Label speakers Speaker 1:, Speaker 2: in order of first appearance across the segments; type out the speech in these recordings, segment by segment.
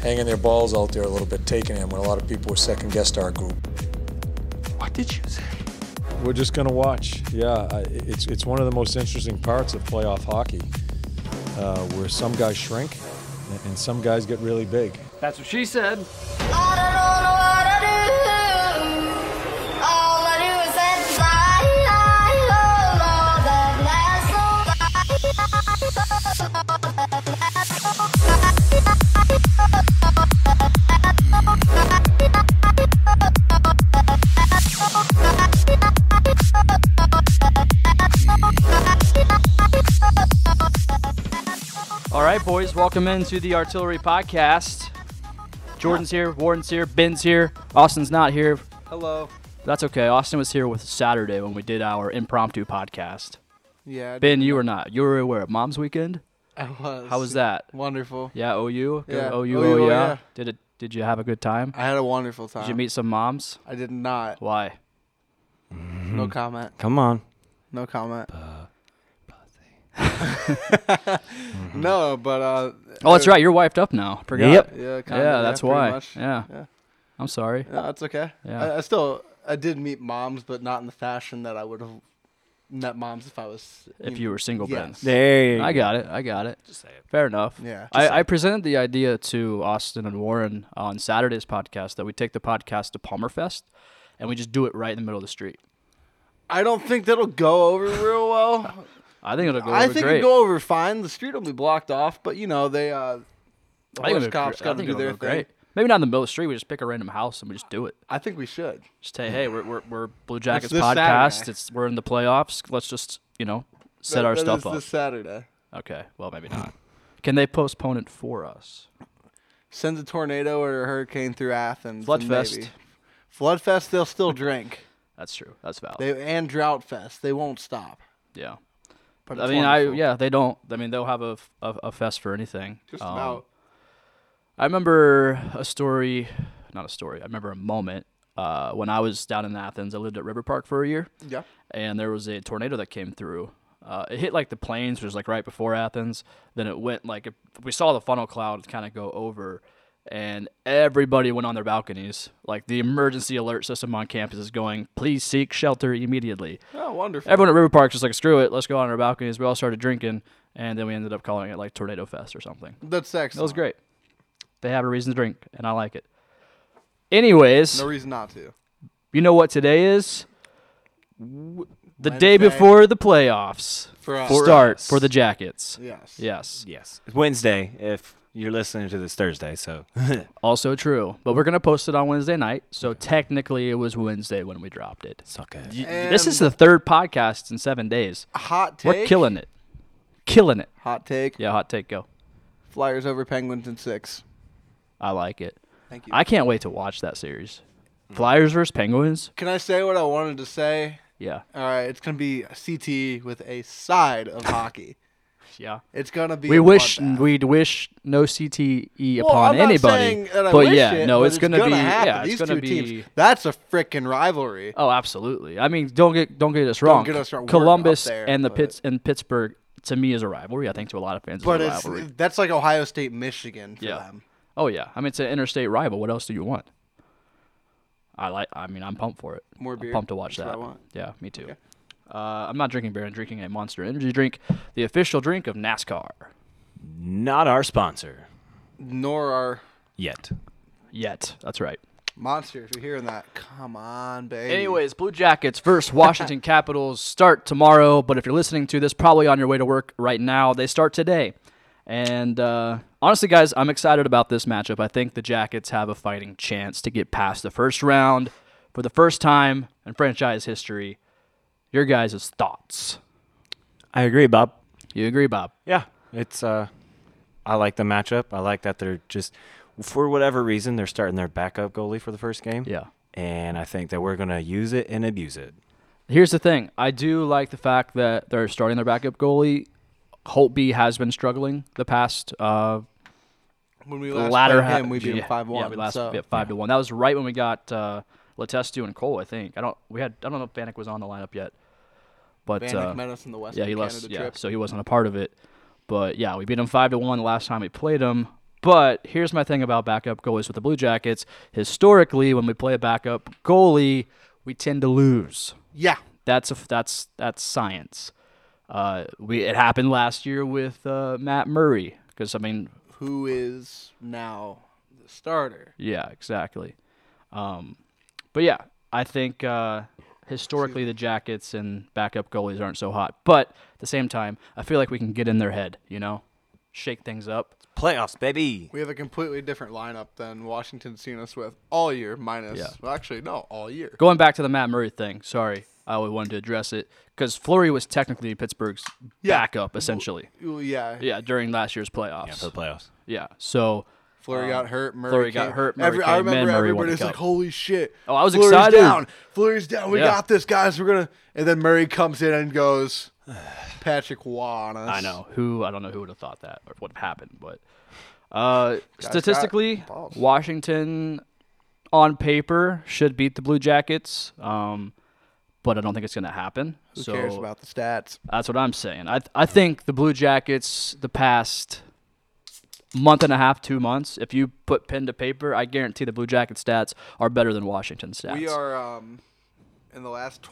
Speaker 1: hanging their balls out there a little bit, taking him when a lot of people were second guessed our group.
Speaker 2: What did you say?
Speaker 1: We're just going to watch. Yeah, I- it's it's one of the most interesting parts of playoff hockey, uh, where some guys shrink and- and some guys get really big.
Speaker 2: That's what she said.
Speaker 3: I don't know what I do. All I do is that fly, fly, oh, Lord, that last song.
Speaker 2: All right, boys, welcome into the Artillery Podcast. Jordan's here, Warden's here, Ben's here, Austin's not here.
Speaker 4: Hello.
Speaker 2: That's okay. Austin was here with Saturday when we did our impromptu podcast.
Speaker 4: Yeah.
Speaker 2: Ben, you were not. You were where? Mom's weekend.
Speaker 4: I was.
Speaker 2: How was that?
Speaker 4: Wonderful.
Speaker 2: Yeah, OU. Good
Speaker 4: Yeah,
Speaker 2: OU.
Speaker 4: OU,
Speaker 2: Oh yeah.
Speaker 4: yeah. Uh,
Speaker 2: Did it? Did you have a good time?
Speaker 4: I had a wonderful time.
Speaker 2: Did you meet some moms?
Speaker 4: I did not.
Speaker 2: Why?
Speaker 4: No
Speaker 2: hmm.
Speaker 4: comment.
Speaker 5: Come on.
Speaker 4: No comment. no, but uh.
Speaker 2: Oh, that's right. You're wiped up now. Forgot.
Speaker 5: Yep.
Speaker 4: Yeah. Kind
Speaker 2: Yeah, that's why. Yeah.
Speaker 4: Yeah.
Speaker 2: I'm sorry.
Speaker 4: No, that's okay.
Speaker 2: Yeah.
Speaker 4: I, I still I did meet moms, but not in the fashion that I would have met moms if I was.
Speaker 2: If you were single, Ben.
Speaker 4: Yes.
Speaker 5: There you
Speaker 2: I got it. I got it. Just say it. Fair enough.
Speaker 4: Yeah, just
Speaker 2: I, I presented the idea to Austin and Warren on Saturday's podcast that we take the podcast to Palmerfest and we just do it right in the middle of the street.
Speaker 4: I don't think that'll go over real well.
Speaker 2: I think it'll go
Speaker 4: I
Speaker 2: over
Speaker 4: think
Speaker 2: great.
Speaker 4: it'll go over fine. The street will be blocked off, but you know they uh. The
Speaker 2: I think
Speaker 4: horse
Speaker 2: it'll-
Speaker 4: cops
Speaker 2: I
Speaker 4: got to
Speaker 2: think
Speaker 4: do
Speaker 2: it'll
Speaker 4: their
Speaker 2: go
Speaker 4: thing.
Speaker 2: Maybe not in the middle of the street. We just pick a random house and we just do it.
Speaker 4: I think we should.
Speaker 2: Just say, hey, we're, we're, we're Blue Jackets
Speaker 4: this
Speaker 2: podcast.
Speaker 4: Saturday.
Speaker 2: It's We're in the playoffs. Let's just, you know, set
Speaker 4: That-
Speaker 2: our
Speaker 4: that
Speaker 2: stuff
Speaker 4: is
Speaker 2: up.
Speaker 4: This Saturday.
Speaker 2: Okay. Well, maybe not. Can they postpone it for us?
Speaker 4: Sends a tornado or a hurricane through Athens. and
Speaker 2: Floodfest.
Speaker 4: maybe- Floodfest. They'll still drink.
Speaker 2: That's true. That's valid.
Speaker 4: They and drought fest. They won't stop.
Speaker 2: yeah.
Speaker 4: But
Speaker 2: I
Speaker 4: it's
Speaker 2: mean, I
Speaker 4: wonderful.
Speaker 2: yeah, they don't. I mean, they'll have a, f- a, a fest for anything.
Speaker 4: Just
Speaker 2: Um,
Speaker 4: about.
Speaker 2: I remember a story, not a story. I remember a moment uh, when I was down in Athens. I lived at River Park for a year,
Speaker 4: Yeah.
Speaker 2: and there was a tornado that came through. Uh, it hit like the plains, which was like right before Athens. Then it went like it, we saw the funnel cloud kind of go over, and everybody went on their balconies. Like the emergency alert system on campus is going, please seek shelter immediately.
Speaker 4: Oh, wonderful.
Speaker 2: Everyone at River Park just like screw it, let's go out on our balconies. We all started drinking, and then we ended up calling it like Tornado Fest or something.
Speaker 4: That's excellent.
Speaker 2: That was great. They have a reason to drink, and I like it. Anyways,
Speaker 4: No reason not to.
Speaker 2: you know what today is? The
Speaker 4: Wednesday.
Speaker 2: day before the playoffs
Speaker 4: For us.
Speaker 2: start
Speaker 5: us.
Speaker 2: for the Jackets.
Speaker 4: Yes.
Speaker 2: Yes,
Speaker 5: Yes. It's Wednesday if you're listening to this Thursday, so
Speaker 2: also true. But we're gonna post it on Wednesday night, so technically it was Wednesday when we dropped it.
Speaker 5: it's okay.
Speaker 2: Y- This is the
Speaker 4: And-
Speaker 2: third podcast in seven days.
Speaker 4: Hot take.
Speaker 2: We're killing it, killing it.
Speaker 4: Hot take.
Speaker 2: Yeah, hot take go.
Speaker 4: Flyers over Penguins in six.
Speaker 2: I like it.
Speaker 4: Thank you.
Speaker 2: I can't wait to watch that series.
Speaker 4: Mm.
Speaker 2: Flyers versus Penguins.
Speaker 4: Can I say what I wanted to say?
Speaker 2: Yeah,
Speaker 4: All right. It's gonna be CT with a side of hockey.
Speaker 2: yeah.
Speaker 4: It's gonna be.
Speaker 2: we
Speaker 4: a
Speaker 2: wish
Speaker 4: bloodbath.
Speaker 2: we'd wish no CTE
Speaker 4: Well,
Speaker 2: upon
Speaker 4: I'm not
Speaker 2: anybody,
Speaker 4: saying that I
Speaker 2: but
Speaker 4: wish
Speaker 2: yeah,
Speaker 4: it,
Speaker 2: no,
Speaker 4: but
Speaker 2: it's, gonna, be
Speaker 4: happen.
Speaker 2: yeah,
Speaker 4: These
Speaker 2: it's
Speaker 4: two
Speaker 2: gonna be.
Speaker 4: teams. That's a freaking rivalry.
Speaker 2: Oh, absolutely. I mean, don't get don't get us wrong.
Speaker 4: get us wrong. We're up
Speaker 2: Columbus
Speaker 4: there,
Speaker 2: and the
Speaker 4: but-
Speaker 2: Pitts and Pittsburgh to me is a rivalry. I think to a lot of fans,
Speaker 4: But
Speaker 2: is a
Speaker 4: it's
Speaker 2: rivalry.
Speaker 4: that's like Ohio State, Michigan for
Speaker 2: yeah.
Speaker 4: them.
Speaker 2: Oh yeah. I mean, it's an interstate rival. What else do you want? I like. I mean, I'm pumped for it.
Speaker 4: More
Speaker 2: I'm
Speaker 4: beer?
Speaker 2: pumped to watch
Speaker 4: That's
Speaker 2: that.
Speaker 4: what I want.
Speaker 2: Yeah, me too. Uh, I'm not drinking beer. I'm drinking a Monster Energy drink, the official drink of NASCAR.
Speaker 5: Not our sponsor
Speaker 4: Nor are
Speaker 5: yet.
Speaker 2: Yet, that's right.
Speaker 4: monsters. You're hearing that? Come on, baby.
Speaker 2: Anyways, Blue Jackets versus Washington Capitals start tomorrow. But if you're listening to this, probably on your way to work right now, they start today. And uh, honestly, guys, I'm excited about this matchup. I think the Jackets have a fighting chance to get past the first round for the first time in franchise history. Your guys' thoughts?
Speaker 5: I agree, Bob.
Speaker 2: You agree, Bob?
Speaker 5: Yeah. It's uh I like the matchup. I like that they're just for whatever reason they're starting their backup goalie for the first game.
Speaker 2: Yeah.
Speaker 5: And I think that we're gonna use it and abuse it.
Speaker 2: Here's the thing. I do like the fact that they're starting their backup goalie. Holtby has been struggling the past uh,
Speaker 4: when we
Speaker 2: the
Speaker 4: last
Speaker 2: latter
Speaker 4: played
Speaker 2: half,
Speaker 4: him, we beat him five one.
Speaker 2: Yeah, we last
Speaker 4: so.
Speaker 2: beat five to one. That was right when we got uh, Letestu and Cole. I think I don't. We had I don't know if Vanek was on the lineup yet, but
Speaker 4: Vanek
Speaker 2: uh,
Speaker 4: met us in the West
Speaker 2: yeah, he
Speaker 4: Canada
Speaker 2: lost. Yeah,
Speaker 4: trip.
Speaker 2: so he wasn't a part of it. But yeah, we beat him five to one the last time we played him. But here's my thing about backup goalies with the Blue Jackets. Historically, when we play a backup goalie, we tend to lose.
Speaker 4: Yeah.
Speaker 2: That's a, that's that's science. Uh, we it happened last year with uh, Matt Murray because I mean
Speaker 4: Who is now the starter?
Speaker 2: yeah exactly, um, but yeah I think uh, historically the Jackets and backup goalies aren't so hot. But at the same time, I feel like we can get in their head, you know, shake things up.
Speaker 5: Playoffs, baby.
Speaker 4: We have a completely different lineup than Washington's seen us with all year, minus,
Speaker 2: Yeah.
Speaker 4: well, actually, no, all year.
Speaker 2: Going back to the Matt Murray thing, sorry, I always wanted to address it because Flurry was technically Pittsburgh's
Speaker 4: Yeah.
Speaker 2: backup essentially.
Speaker 4: Well, yeah.
Speaker 2: Yeah, during last year's playoffs.
Speaker 5: Yeah, for the playoffs.
Speaker 2: Yeah, so
Speaker 4: Flurry got hurt. Murray
Speaker 2: Um, Fleury got
Speaker 4: came-
Speaker 2: hurt, Murray
Speaker 4: Every, I
Speaker 2: came in,
Speaker 4: remember
Speaker 2: Murray won the
Speaker 4: everybody's
Speaker 2: cup.
Speaker 4: like, "Holy shit!"
Speaker 2: Oh, I was
Speaker 4: Fleury's
Speaker 2: excited.
Speaker 4: Down, Flurry's down. We
Speaker 2: Yeah.
Speaker 4: got this, guys. We're gonna. And then Murray comes in and goes, Patrick Waugh on us.
Speaker 2: I know who I don't know who would have thought that or what happened, but uh, statistically,
Speaker 4: balls.
Speaker 2: Washington on paper should beat the Blue Jackets, um, but I don't think it's going to happen.
Speaker 4: Who
Speaker 2: so
Speaker 4: cares about the stats?
Speaker 2: that's what I'm saying. I I think the Blue Jackets the past month and a half, two months, if you put pen to paper, I guarantee the Blue Jacket stats are better than Washington stats.
Speaker 4: We are um, in the last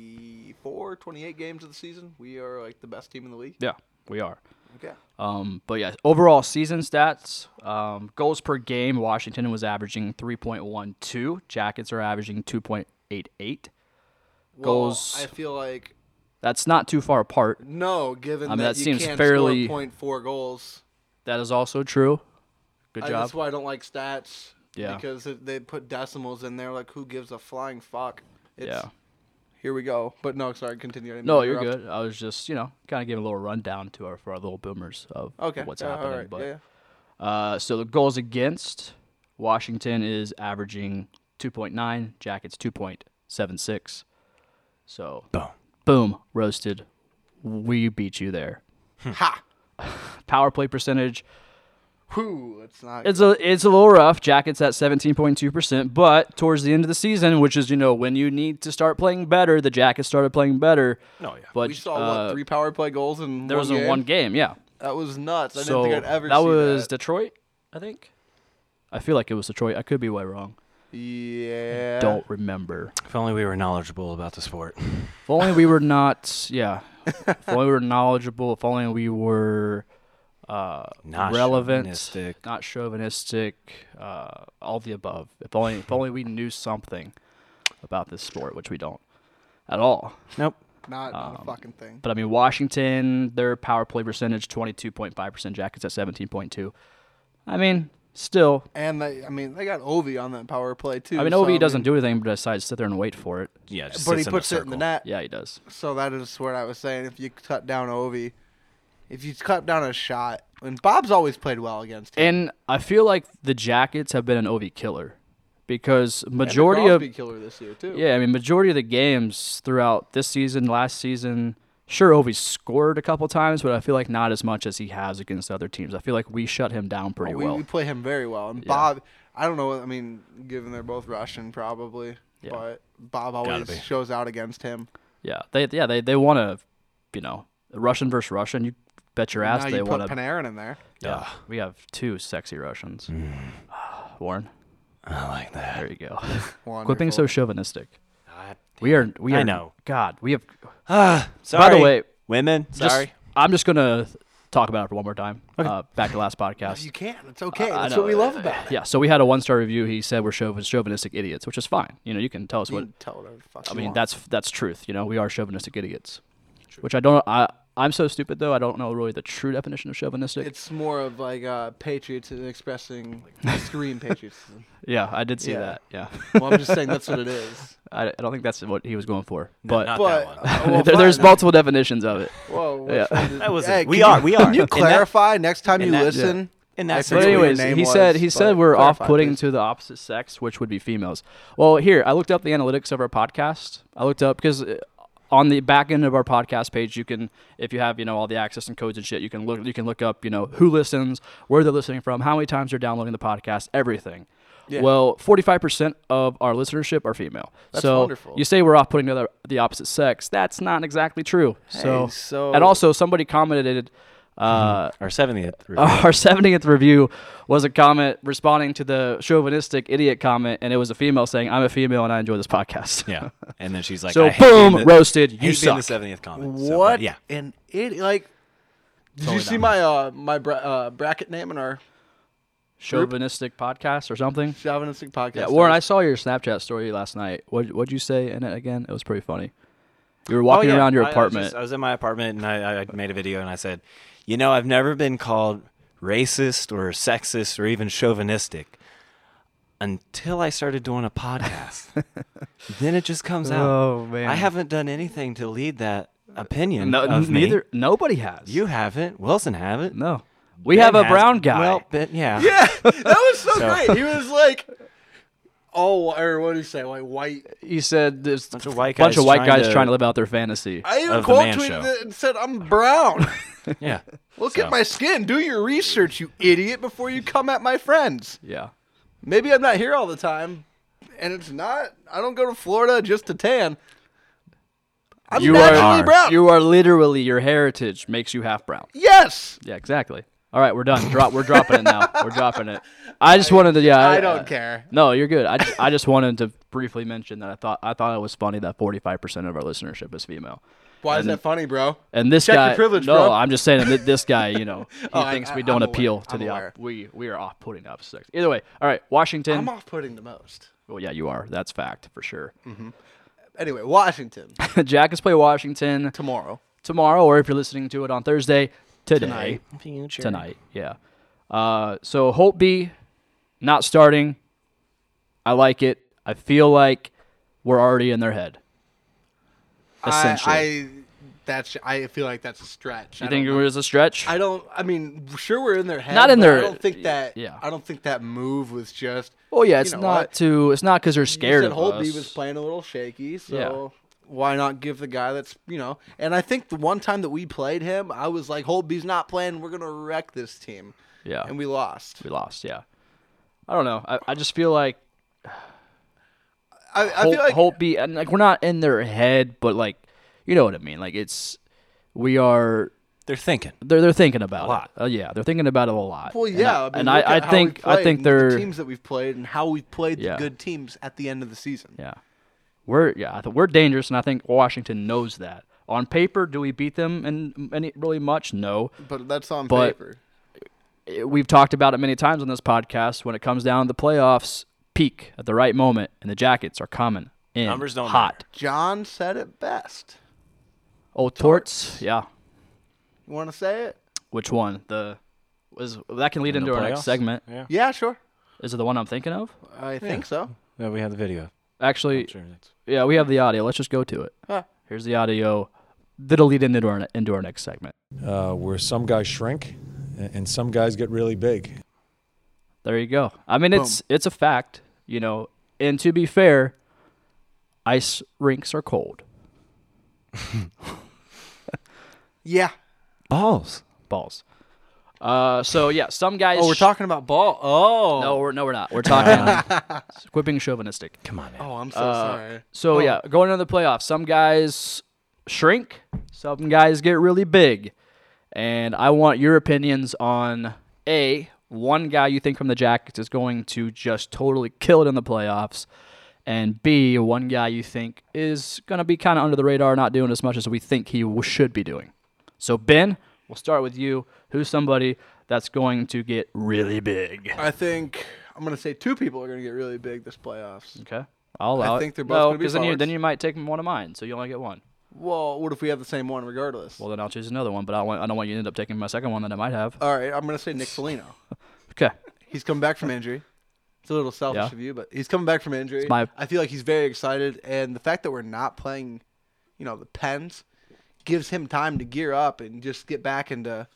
Speaker 4: 24, 28 games of the season. We are like the best team in the league.
Speaker 2: yeah, we are.
Speaker 4: Okay.
Speaker 2: Um, but yeah, overall season stats, um, goals per game, Washington was averaging 3.12. Jackets are averaging 2.88. Goals.
Speaker 4: Well, I feel like
Speaker 2: That's not too far apart.
Speaker 4: no, given
Speaker 2: I mean,
Speaker 4: that,
Speaker 2: that
Speaker 4: you
Speaker 2: seems
Speaker 4: can't
Speaker 2: fairly-
Speaker 4: score point four goals.
Speaker 2: That is also true. Good
Speaker 4: I,
Speaker 2: job.
Speaker 4: that's why I don't like stats.
Speaker 2: Yeah.
Speaker 4: Because it, they put decimals in there. Like, who gives a flying fuck? It's,
Speaker 2: yeah.
Speaker 4: Here we go. But no, sorry, continue. I didn't
Speaker 2: No,
Speaker 4: mean to
Speaker 2: you're
Speaker 4: interrupt.
Speaker 2: good. I was just, you know, kind of giving a little rundown to our for our little boomers of
Speaker 4: Okay.
Speaker 2: what's
Speaker 4: yeah, all
Speaker 2: happening.
Speaker 4: right,
Speaker 2: But
Speaker 4: yeah, yeah.
Speaker 2: Uh, so the goals against Washington is averaging 2.9, Jackets 2.76. So boom, boom, roasted. We beat you there.
Speaker 4: Ha!
Speaker 2: Power play percentage.
Speaker 4: Whew, it's not.
Speaker 2: It's a it's a little rough. Jackets at 17.2%, but towards the end of the season, which is you know when you need to start playing better, the Jackets started playing better.
Speaker 5: No, yeah.
Speaker 2: But
Speaker 4: we saw
Speaker 2: uh,
Speaker 4: what three power play goals in
Speaker 2: there
Speaker 4: one
Speaker 2: was a
Speaker 4: game?
Speaker 2: one game, yeah.
Speaker 4: That was nuts. I
Speaker 2: so
Speaker 4: didn't think I'd ever
Speaker 2: that
Speaker 4: see
Speaker 2: was
Speaker 4: that.
Speaker 2: Detroit, I think. I feel like it was Detroit. I could be way wrong.
Speaker 4: yeah.
Speaker 2: Don't remember.
Speaker 5: If only we were knowledgeable about the sport.
Speaker 2: If only we were not, yeah. If only we were knowledgeable. If only we were uh,
Speaker 5: Not
Speaker 2: relevant,
Speaker 5: chauvinistic.
Speaker 2: not chauvinistic, uh, all the above. If only, if only we knew something about this sport, which we don't at all.
Speaker 5: Nope.
Speaker 4: Not,
Speaker 2: um,
Speaker 4: not a fucking thing.
Speaker 2: But I mean, Washington, their power play percentage, twenty-two point five percent. Jackets at seventeen point two. I mean, still.
Speaker 4: And they, I mean, they got Ovi on that power play too.
Speaker 2: I mean,
Speaker 4: so,
Speaker 2: Obi doesn't do anything besides sit there and wait for it.
Speaker 5: Yeah, just
Speaker 4: But he
Speaker 5: sits in a
Speaker 4: puts it in the
Speaker 5: circle.
Speaker 4: net.
Speaker 2: Yeah, he does.
Speaker 4: So that is what I was saying. If you cut down Ovi, if you cut down a shot, and Bob's always played well against him.
Speaker 2: And I feel like the Jackets have been an Ovi killer because majority
Speaker 4: Crosby
Speaker 2: of
Speaker 4: killer this year too.
Speaker 2: yeah, I mean majority of the games throughout this season, last season, sure Ovi scored a couple times, but I feel like not as much as he has against other teams. I feel like we shut him down pretty
Speaker 4: we,
Speaker 2: well.
Speaker 4: we play him very well. And Bob, I don't know. I mean, given they're both Russian, probably,
Speaker 2: Yeah.
Speaker 4: but Bob
Speaker 5: be.
Speaker 4: always shows out against him.
Speaker 2: yeah, they yeah they they want to, you know, Russian versus Russian. You bet your ass
Speaker 4: now
Speaker 2: they
Speaker 4: you put
Speaker 2: want to.
Speaker 4: Panarin in there.
Speaker 2: Yeah, we have two sexy Russians.
Speaker 5: Mm.
Speaker 2: Warren,
Speaker 5: I like that.
Speaker 2: there you go. Quit
Speaker 4: Wonderful.
Speaker 2: being so chauvinistic.
Speaker 5: God
Speaker 2: We are we are.
Speaker 5: Ah, I know.
Speaker 2: God, we have
Speaker 5: Sorry.
Speaker 2: way,
Speaker 5: women.
Speaker 2: Just-
Speaker 5: Sorry.
Speaker 2: I'm just gonna talk about it one more time. Uh, back to last podcast.
Speaker 4: You can. It's okay.
Speaker 2: I
Speaker 4: That's
Speaker 2: know,
Speaker 4: what we love
Speaker 2: uh,
Speaker 4: about it.
Speaker 2: Yeah, so we had a one star review. He said we're chauvi- chauvinistic idiots, which is fine. You know, you can tell us
Speaker 4: You
Speaker 2: what.
Speaker 4: can tell whatever the fuck
Speaker 2: I
Speaker 4: you
Speaker 2: mean,
Speaker 4: want.
Speaker 2: that's that's truth. You know, we are chauvinistic idiots, which I don't. I I'm so stupid though. I don't know really the true definition of chauvinistic.
Speaker 4: It's more of like uh, patriots expressing extreme patriotism.
Speaker 2: yeah, I did see
Speaker 4: Yeah.
Speaker 2: that. Yeah,
Speaker 4: Well, I'm just saying that's what it is.
Speaker 2: I, I don't think that's what he was going for. But
Speaker 5: not
Speaker 4: But
Speaker 5: that one.
Speaker 4: uh, well,
Speaker 2: there, there's
Speaker 4: fine.
Speaker 2: multiple definitions of it.
Speaker 4: Whoa, which
Speaker 2: Yeah.
Speaker 4: one did-
Speaker 5: That was
Speaker 4: Hey,
Speaker 5: it. We
Speaker 4: can
Speaker 5: are.
Speaker 4: you-
Speaker 5: We are.
Speaker 4: Can you
Speaker 5: In that-
Speaker 4: clarify next time
Speaker 5: in
Speaker 4: you
Speaker 5: that-
Speaker 4: listen?
Speaker 5: in that
Speaker 4: I forget
Speaker 2: But
Speaker 5: sense- That's
Speaker 4: what your
Speaker 2: anyways,
Speaker 4: name
Speaker 2: he said
Speaker 4: was,
Speaker 2: he
Speaker 4: but
Speaker 2: said we're off
Speaker 4: clarify,
Speaker 2: putting
Speaker 4: please.
Speaker 2: to the opposite sex, which would be females. Well, here I looked up the analytics of our podcast. I looked up because on the back end of our podcast page, you can if you have you know all the access and codes and shit, you can look you can look up you know who listens, where they're listening from, how many times they're downloading the podcast, everything. Well, forty-five percent of our listenership are female. That's so
Speaker 4: wonderful.
Speaker 2: you say we're off putting to the, the opposite sex. That's not exactly true. so,
Speaker 4: so-
Speaker 2: and also somebody commented Uh,
Speaker 5: Our 70th. review.
Speaker 2: our 70th review was a comment responding to the chauvinistic idiot comment, and it was a female saying, "I'm a female and I enjoy this podcast."
Speaker 5: Yeah. And then she's like,
Speaker 2: So
Speaker 5: I hate being
Speaker 2: boom,
Speaker 5: the-
Speaker 2: roasted.
Speaker 5: hate
Speaker 2: You
Speaker 5: being the
Speaker 2: suck.
Speaker 5: 70th comment. So, but
Speaker 4: What?
Speaker 5: yeah.
Speaker 4: And it like. Did you
Speaker 5: Totally
Speaker 4: see
Speaker 5: not.
Speaker 4: my uh my bra- uh, bracket name in our
Speaker 2: chauvinistic podcast or something.
Speaker 4: chauvinistic podcast?
Speaker 2: Yeah, Warren, I saw your Snapchat story last night. What what'd you say in it again? It was pretty funny. You were walking
Speaker 5: Oh, yeah.
Speaker 2: around your
Speaker 5: I- I was
Speaker 2: apartment.
Speaker 5: just- I was, in my apartment and I, I made a video and I said, you know, I've never been called racist or sexist or even chauvinistic until I started doing a podcast. then it just comes out.
Speaker 2: Oh, man.
Speaker 5: I haven't done anything to lead that opinion.
Speaker 2: no,
Speaker 5: of me.
Speaker 2: neither. Nobody has.
Speaker 5: You haven't. Wilson haven't.
Speaker 2: no. We have a
Speaker 5: Ben has-
Speaker 2: brown guy.
Speaker 5: Well, but yeah.
Speaker 4: Yeah, that was so,
Speaker 5: So-
Speaker 4: great. He was like, oh, or what did he say? Like white.
Speaker 2: he said there's a bunch
Speaker 5: of white guys
Speaker 2: of white
Speaker 5: trying
Speaker 2: guys
Speaker 5: to-
Speaker 2: trying to live out their fantasy.
Speaker 4: I even
Speaker 5: Of the
Speaker 4: quote
Speaker 5: man show.
Speaker 4: tweeted it and said, "I'm brown.
Speaker 5: Yeah.
Speaker 4: Look
Speaker 5: So.
Speaker 4: at my skin. Do your research, you idiot, before you come at my friends.
Speaker 2: yeah.
Speaker 4: Maybe I'm not here all the time, and it's not. I don't go to Florida just to tan. I'm
Speaker 2: You
Speaker 4: naturally
Speaker 2: are
Speaker 4: brown.
Speaker 2: You are literally your heritage makes you half brown.
Speaker 4: yes.
Speaker 2: Yeah, exactly. All right, we're done. Drop. We're dropping it now. We're dropping it. I Uh, just wanted to. Yeah.
Speaker 4: I don't care.
Speaker 2: No, you're good. I just, I just wanted to briefly mention that I thought I thought it was funny that 45% of our listenership is female.
Speaker 4: Why is that funny, bro?
Speaker 2: And this
Speaker 4: Check your
Speaker 2: guy,
Speaker 4: privilege,
Speaker 2: no,
Speaker 4: bro.
Speaker 2: I'm just saying that this guy, you know, he
Speaker 4: Oh, I-
Speaker 2: thinks
Speaker 4: I-
Speaker 2: we don't
Speaker 4: I'm
Speaker 2: appeal
Speaker 4: aware.
Speaker 2: to
Speaker 4: I'm
Speaker 2: the
Speaker 4: aware.
Speaker 2: op- we we are off putting up sex. Either way, all right, Washington.
Speaker 4: I'm off-putting the most.
Speaker 2: well, yeah, you are. That's fact for sure.
Speaker 4: Anyway, Washington
Speaker 2: Jack is play Washington
Speaker 4: tomorrow.
Speaker 2: tomorrow, or if you're listening to it on Thursday, today, tonight,
Speaker 5: Future.
Speaker 2: yeah. Uh, so Holtby not starting. I like it. I feel like we're already in their head. Essentially,
Speaker 4: I, I that's I feel like that's a stretch.
Speaker 2: you
Speaker 4: I
Speaker 2: think it
Speaker 4: don't-
Speaker 2: was a stretch?
Speaker 4: I don't. I mean, sure, we're in their head.
Speaker 2: Not in
Speaker 4: but
Speaker 2: their-
Speaker 4: I don't think that.
Speaker 2: yeah.
Speaker 4: Yeah. I don't think that move was just.
Speaker 2: Oh yeah, it's
Speaker 4: know
Speaker 2: not
Speaker 4: what?
Speaker 2: too. It's not because they're
Speaker 4: You
Speaker 2: scared
Speaker 4: said
Speaker 2: of
Speaker 4: Holtby
Speaker 2: us.
Speaker 4: was playing a little shaky, so why not give the guy that's you know? And I think the one time that we played him, I was like, Holtby's not playing. We're gonna wreck this team,
Speaker 2: yeah,
Speaker 4: and we lost.
Speaker 2: we lost. Yeah, I don't know. I, I just feel like
Speaker 4: I, I
Speaker 2: Hol-
Speaker 4: feel like
Speaker 2: Holtby and like we're not in their head, but like you know what I mean. Like it's we are.
Speaker 5: They're thinking.
Speaker 2: They're they're thinking about
Speaker 5: lot.
Speaker 2: it. Uh, yeah, they're thinking about it a lot.
Speaker 4: Well,
Speaker 2: And
Speaker 4: yeah,
Speaker 2: I-
Speaker 4: mean,
Speaker 2: and
Speaker 4: look
Speaker 2: I,
Speaker 4: at
Speaker 2: I
Speaker 4: how
Speaker 2: think
Speaker 4: we've
Speaker 2: I
Speaker 4: played
Speaker 2: think
Speaker 4: and the
Speaker 2: they're
Speaker 4: teams that we've played and how we've played
Speaker 2: Yeah.
Speaker 4: the good teams at the end of the season.
Speaker 2: yeah. We're yeah, I think we're dangerous, and I think Washington knows that. On paper, do we beat them in any really much? No.
Speaker 4: But that's on
Speaker 2: But-
Speaker 4: paper.
Speaker 2: we've talked about it many times on this podcast. When it comes down to the playoffs, peak at the right moment, and the Jackets are coming in
Speaker 5: Numbers don't
Speaker 2: hot.
Speaker 5: matter.
Speaker 4: John said it best.
Speaker 2: Oh, Torts, yeah.
Speaker 4: You want to say it?
Speaker 2: Which one? The was that can lead into
Speaker 5: the
Speaker 2: our next
Speaker 5: playoffs?
Speaker 2: segment.
Speaker 5: Yeah.
Speaker 4: Yeah, sure.
Speaker 2: Is it the one I'm thinking of?
Speaker 4: I think so.
Speaker 5: Yeah, we have the video.
Speaker 2: Actually,
Speaker 5: Sure, that's-
Speaker 2: yeah, we have the audio. Let's just go to it.
Speaker 4: Huh.
Speaker 2: Here's the audio. That'll lead into our into our next segment.
Speaker 1: uh, where some guys shrink and and some guys get really big.
Speaker 2: There you go. I mean, it's it's a fact, you know. And to be fair, ice rinks are cold.
Speaker 4: Yeah.
Speaker 5: Balls.
Speaker 2: balls. Uh, so yeah, some guys.
Speaker 4: Oh, we're
Speaker 2: sh-
Speaker 4: talking about ball. Oh.
Speaker 2: No, we're no, we're not. We're talking. quit being chauvinistic.
Speaker 5: Come on, man.
Speaker 4: Oh, I'm so
Speaker 2: Uh,
Speaker 4: sorry.
Speaker 2: So yeah, going into the playoffs, some guys shrink, some guys get really big, and I want your opinions on a one guy you think from the Jackets is going to just totally kill it in the playoffs, and b one guy you think is gonna be kind of under the radar, not doing as much as we think he w- should be doing. So Ben, we'll start with you. Who's somebody that's going to get really big?
Speaker 4: I think I'm gonna say two people are gonna get really big this playoffs.
Speaker 2: Okay. I'll allow
Speaker 4: I
Speaker 2: it.
Speaker 4: think they're both
Speaker 2: no,
Speaker 4: gonna be
Speaker 2: 'cause then you,
Speaker 4: forwards.
Speaker 2: then you might take one of mine, so you only get one.
Speaker 4: Well, what if we have the same one regardless?
Speaker 2: Well, then I'll choose another one, but I, want, I don't want you to end up taking my second one that I might have.
Speaker 4: All right, I'm gonna say Nick Foligno.
Speaker 2: Okay.
Speaker 4: He's coming back from injury. It's a little selfish
Speaker 2: Yeah.
Speaker 4: of you, but he's coming back from injury.
Speaker 2: my-
Speaker 4: I feel like he's very excited, and the fact that we're not playing, you know, the Pens, gives him time to gear up and just get back into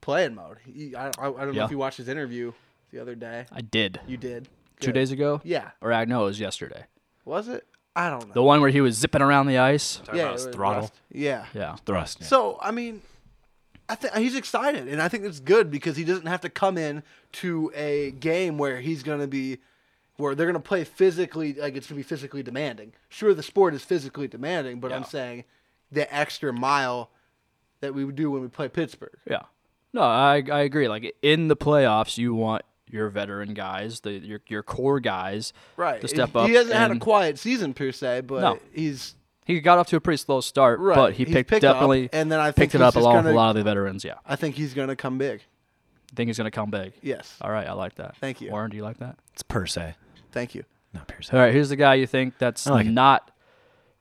Speaker 4: playing mode. He, I, I, I don't know
Speaker 2: Yeah.
Speaker 4: if you watched his interview the other day.
Speaker 2: I did.
Speaker 4: You did.
Speaker 2: Two
Speaker 4: Good.
Speaker 2: days ago?
Speaker 4: Yeah.
Speaker 2: Or I know it was yesterday.
Speaker 4: Was it? I don't know.
Speaker 2: The one where he was zipping around the ice.
Speaker 5: Talking about
Speaker 4: it
Speaker 5: his
Speaker 4: was
Speaker 5: throttle.
Speaker 4: Rust. Yeah.
Speaker 2: Yeah.
Speaker 5: Thrust. yeah.
Speaker 4: So I mean, I think he's excited, and I think it's good because he doesn't have to come in to a game where he's gonna be, where they're gonna play physically, like it's gonna be physically demanding. Sure, the sport is physically demanding, but I'm saying the extra mile that we would do when we play Pittsburgh.
Speaker 2: Yeah. No, I I agree. Like in the playoffs, you want your veteran guys, the your your core guys,
Speaker 4: Right.
Speaker 2: to step
Speaker 4: he,
Speaker 2: up.
Speaker 4: He hasn't had a
Speaker 2: and
Speaker 4: quiet season per se, but
Speaker 2: No.
Speaker 4: he's
Speaker 2: He got off to a pretty slow start,
Speaker 4: Right.
Speaker 2: but he
Speaker 4: He's
Speaker 2: picked,
Speaker 4: picked up,
Speaker 2: definitely
Speaker 4: and then I think
Speaker 2: picked it
Speaker 4: he's
Speaker 2: up
Speaker 4: just
Speaker 2: along with
Speaker 4: gonna-
Speaker 2: a lot of the veterans. Yeah,
Speaker 4: I think he's gonna come big.
Speaker 2: I think he's gonna come big.
Speaker 4: Yes.
Speaker 2: All right, I like that.
Speaker 4: Thank you.
Speaker 2: Warren. Do you like that?
Speaker 5: It's per se,
Speaker 4: Thank you.
Speaker 5: not per se.
Speaker 2: All right, here's the guy you think that's
Speaker 5: like it.
Speaker 2: not.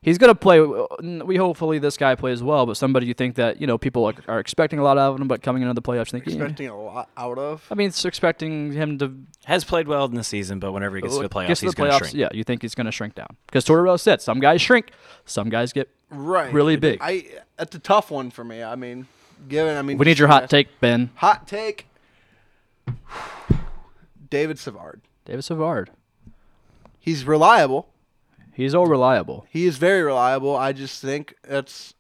Speaker 2: He's gonna play. We hopefully this guy plays well, but somebody you think that you know people are, are expecting a lot out of him, but coming into the playoffs, you think. "Eh."
Speaker 4: Expecting a lot out of.
Speaker 2: I mean, it's expecting him to
Speaker 5: Has played well in the season, but whenever he gets to the playoffs,
Speaker 2: gets to
Speaker 5: he's
Speaker 2: the
Speaker 5: going to
Speaker 2: playoffs,
Speaker 5: shrink.
Speaker 2: yeah, you think he's going to shrink down because Tortorella said some guys shrink, some guys get.
Speaker 4: Right.
Speaker 2: really big.
Speaker 4: I that's a tough one for me. I mean, given I mean
Speaker 2: We need your hot take, Ben.
Speaker 4: Hot take. David Savard.
Speaker 2: David Savard.
Speaker 4: He's reliable.
Speaker 2: He's all reliable.
Speaker 4: He is very reliable. I just think that's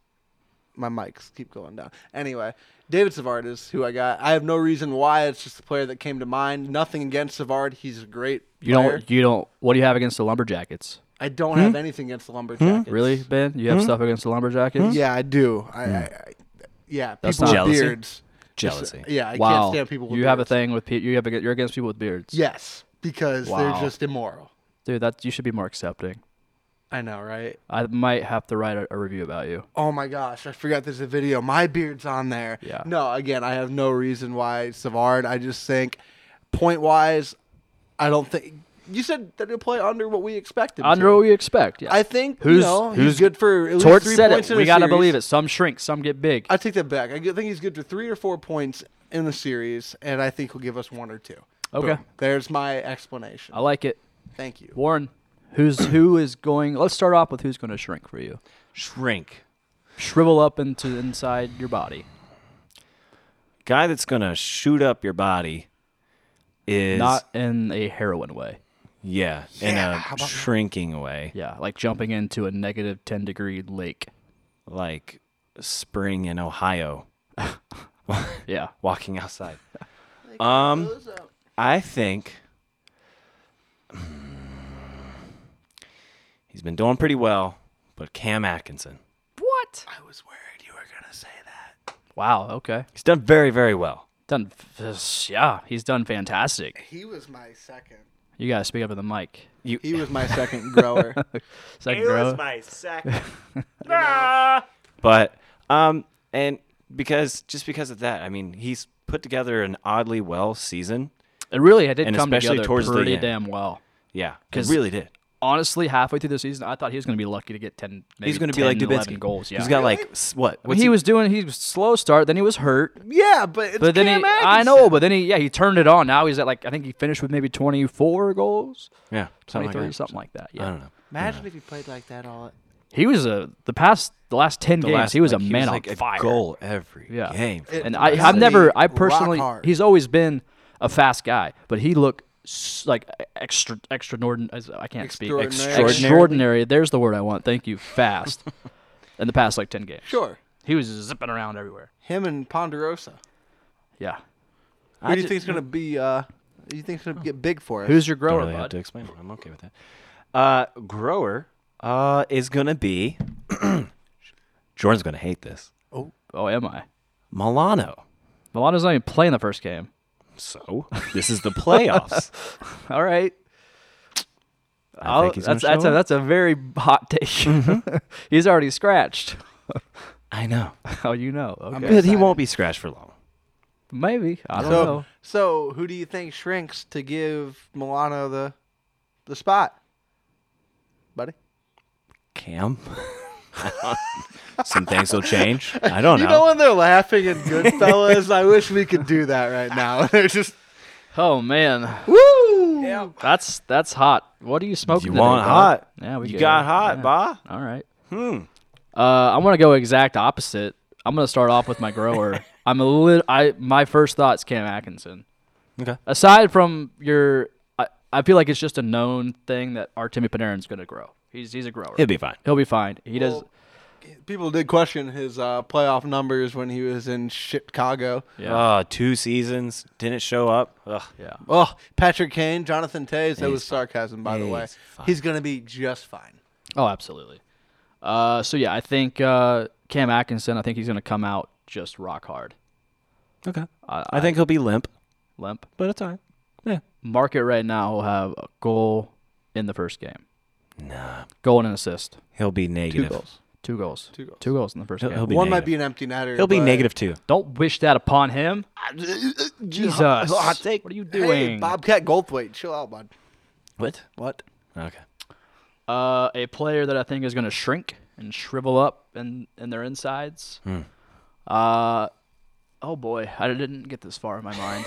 Speaker 4: my mics keep going down. Anyway, David Savard is who I got. I have no reason why. It's just a player that came to mind. Nothing against Savard. He's a great
Speaker 2: You
Speaker 4: player.
Speaker 2: don't. You don't. What do you have against the Lumberjackets?
Speaker 4: I don't have anything against the Lumberjackets.
Speaker 2: Hmm? Really, Ben? You have stuff against the Lumberjackets?
Speaker 4: Hmm? Yeah, I do. I, I, I yeah,
Speaker 2: That's
Speaker 4: people
Speaker 5: not-
Speaker 4: with
Speaker 5: Jealousy?
Speaker 4: beards.
Speaker 2: uh,
Speaker 5: Jealousy.
Speaker 4: Yeah, I can't
Speaker 2: Wow.
Speaker 4: stand people with
Speaker 2: you have a
Speaker 4: beards.
Speaker 2: thing with pe- you have a, you're against people with beards.
Speaker 4: Yes, because
Speaker 2: Wow.
Speaker 4: they're just immoral.
Speaker 2: Dude, that you should be more accepting.
Speaker 4: I know, right?
Speaker 2: I might have to write a, a review about you.
Speaker 4: Oh my gosh, I forgot there's a video. My beard's on there.
Speaker 2: Yeah.
Speaker 4: No, again, I have no reason why Savard. I just think, point wise, I don't think you said that he'll play under what we expected.
Speaker 2: Under what we expect. Yeah.
Speaker 4: I think you
Speaker 2: Who's-
Speaker 4: know,
Speaker 2: who's-
Speaker 4: he's good for at least
Speaker 2: Tort
Speaker 4: three
Speaker 2: said
Speaker 4: points
Speaker 2: it.
Speaker 4: in
Speaker 2: We
Speaker 4: a
Speaker 2: gotta
Speaker 4: series.
Speaker 2: believe it. Some shrink, some get big.
Speaker 4: I take that back. I g- think he's good for three or four points in the series, and I think he'll give us one or two.
Speaker 2: Okay.
Speaker 4: Boom. There's my explanation.
Speaker 2: I like it.
Speaker 4: Thank you.
Speaker 2: Warren, who's who is going? Let's start off with who's going to shrink for you.
Speaker 5: Shrink.
Speaker 2: shrivel up into inside your body.
Speaker 5: Guy that's going to shoot up your body is
Speaker 2: Not in a heroin way.
Speaker 5: yeah, in a shrinking way,
Speaker 2: Yeah, like jumping into a negative 10 degree lake.
Speaker 5: like spring in Ohio,
Speaker 2: Yeah.
Speaker 5: walking outside. Um, I think hmm, he's been doing pretty well, but Cam Atkinson.
Speaker 2: What?
Speaker 4: I was worried you were gonna say that.
Speaker 2: Wow, okay.
Speaker 5: He's done very, very well.
Speaker 2: Done f- yeah, he's done fantastic.
Speaker 4: He was my second.
Speaker 2: You got to speak up to the mic.
Speaker 5: You
Speaker 4: He was my second grower.
Speaker 2: Second row.
Speaker 5: my second. but um, and because just because of that, I mean, he's put together an oddly well season.
Speaker 2: It really it did
Speaker 5: And
Speaker 2: come
Speaker 5: especially
Speaker 2: together
Speaker 5: towards the
Speaker 2: pretty
Speaker 5: end.
Speaker 2: damn well.
Speaker 5: Yeah,
Speaker 2: 'Cause
Speaker 5: he really did.
Speaker 2: Honestly, halfway through the season, I thought he was going to be lucky to get 10 maybe
Speaker 5: He's going to be
Speaker 2: 10,
Speaker 5: like
Speaker 2: 11
Speaker 5: Dubinsky.
Speaker 2: goals, yeah.
Speaker 5: He's got like s- what?
Speaker 2: When
Speaker 5: What's
Speaker 2: he was doing he was slow start, then he was hurt.
Speaker 4: yeah, but it's
Speaker 2: But then
Speaker 4: Cam
Speaker 2: he, I
Speaker 4: Atkinson.
Speaker 2: know, but then he, yeah, he turned it on. Now he's at like, I think he finished with maybe 24 goals,
Speaker 5: yeah, something
Speaker 2: 23,
Speaker 5: like that.
Speaker 2: something like that. Yeah.
Speaker 5: Oh I don't know.
Speaker 4: Imagine if he played like that all.
Speaker 2: He was a, the past, the last 10
Speaker 5: The
Speaker 2: games,
Speaker 5: last-
Speaker 2: he was
Speaker 5: like,
Speaker 2: a man
Speaker 5: like
Speaker 2: on
Speaker 5: a
Speaker 2: fire.
Speaker 5: Goal every
Speaker 2: Yeah.
Speaker 5: game.
Speaker 4: It-
Speaker 2: And I,
Speaker 4: He
Speaker 2: I've
Speaker 4: was
Speaker 2: never, I
Speaker 4: rock
Speaker 2: personally,
Speaker 4: hard.
Speaker 2: he's always been a fast guy, but he looked s- like extra, extraordinary. I can't speak.
Speaker 4: Extraordinary.
Speaker 2: Extraordinary. There's the word I want. Thank you. Fast. in the past like 10 games.
Speaker 4: Sure,
Speaker 2: He was zipping around everywhere.
Speaker 4: him and Ponderosa.
Speaker 2: Yeah.
Speaker 4: Who do you think's gonna be? Uh, who do you think's gonna get big for us?
Speaker 2: Who's your
Speaker 5: Don't
Speaker 2: grower,
Speaker 5: really have
Speaker 2: bud?
Speaker 5: to explain it. I'm okay with that. Uh, grower uh, is gonna be. Jordan's gonna hate this.
Speaker 2: Oh, am I?
Speaker 5: Milano.
Speaker 2: Milano's not even playing the first game.
Speaker 5: So this is the playoffs.
Speaker 2: All right.
Speaker 5: I think
Speaker 2: I'll-
Speaker 5: he's gonna
Speaker 2: that's that's
Speaker 5: show
Speaker 2: a,
Speaker 5: up. Mm-hmm.
Speaker 2: that's a very hot take. he's already scratched.
Speaker 5: I know,
Speaker 2: Oh, you know. Okay.
Speaker 5: but he won't be scratched for long.
Speaker 2: Maybe. I don't
Speaker 4: so,
Speaker 2: know.
Speaker 4: so who do you think shrinks to give Milano the the spot, buddy?
Speaker 5: Cam. Some things will change. I don't
Speaker 4: You
Speaker 5: know.
Speaker 4: know when they're laughing at Goodfellas, I wish we could do that right now. they're just
Speaker 2: Oh man,
Speaker 4: woo.
Speaker 2: that's that's hot. What are you smoking?
Speaker 5: you
Speaker 2: today,
Speaker 5: want
Speaker 2: bud?
Speaker 5: hot?
Speaker 2: Yeah, we
Speaker 5: you
Speaker 2: good.
Speaker 5: got hot,
Speaker 2: Yeah.
Speaker 5: ba?
Speaker 2: All right. Hmm. Uh, I'm gonna go exact opposite. I'm gonna start off with my grower. I'm a little. I my first thoughts Cam Atkinson.
Speaker 5: Okay.
Speaker 2: Aside from your, I, I feel like it's just a known thing that Artemi Panarin's gonna grow. He's he's a grower.
Speaker 5: He'll be fine.
Speaker 2: He'll be fine. He does.
Speaker 4: Well, People did question his uh, playoff numbers when he was in Chicago.
Speaker 2: Yeah.
Speaker 5: Uh, two seasons didn't show up. Ugh.
Speaker 2: Yeah.
Speaker 4: Oh, Patrick Kane, Jonathan Tays. That was sarcasm, by the way.
Speaker 5: He's fine.
Speaker 4: He's gonna be just fine.
Speaker 2: Oh, absolutely. Uh, so yeah, I think uh, Cam Atkinson. I think he's going to come out just rock hard.
Speaker 5: Okay.
Speaker 2: I,
Speaker 5: I think he'll be limp,
Speaker 2: limp.
Speaker 5: but it's all right. Yeah.
Speaker 2: Market right now will have a goal in the first game.
Speaker 5: Nah.
Speaker 2: Goal and an assist.
Speaker 5: He'll be
Speaker 2: Two
Speaker 5: negative.
Speaker 2: goals. Two goals.
Speaker 4: Two goals.
Speaker 2: Two goals in the 1st
Speaker 5: He'll-
Speaker 2: game.
Speaker 5: he'll be
Speaker 4: One
Speaker 5: negative.
Speaker 4: might be an empty netter.
Speaker 5: He'll be
Speaker 4: but-
Speaker 5: negative two.
Speaker 2: Don't wish that upon him. Jesus.
Speaker 4: hot take.
Speaker 2: What are you
Speaker 4: Hey,
Speaker 2: doing?
Speaker 4: Bobcat Goldthwait, chill out, bud.
Speaker 5: What?
Speaker 4: What?
Speaker 5: Okay.
Speaker 2: Uh, a player that I think is going to shrink and shrivel up in, in their insides. Uh, oh boy, I didn't get this far in my mind.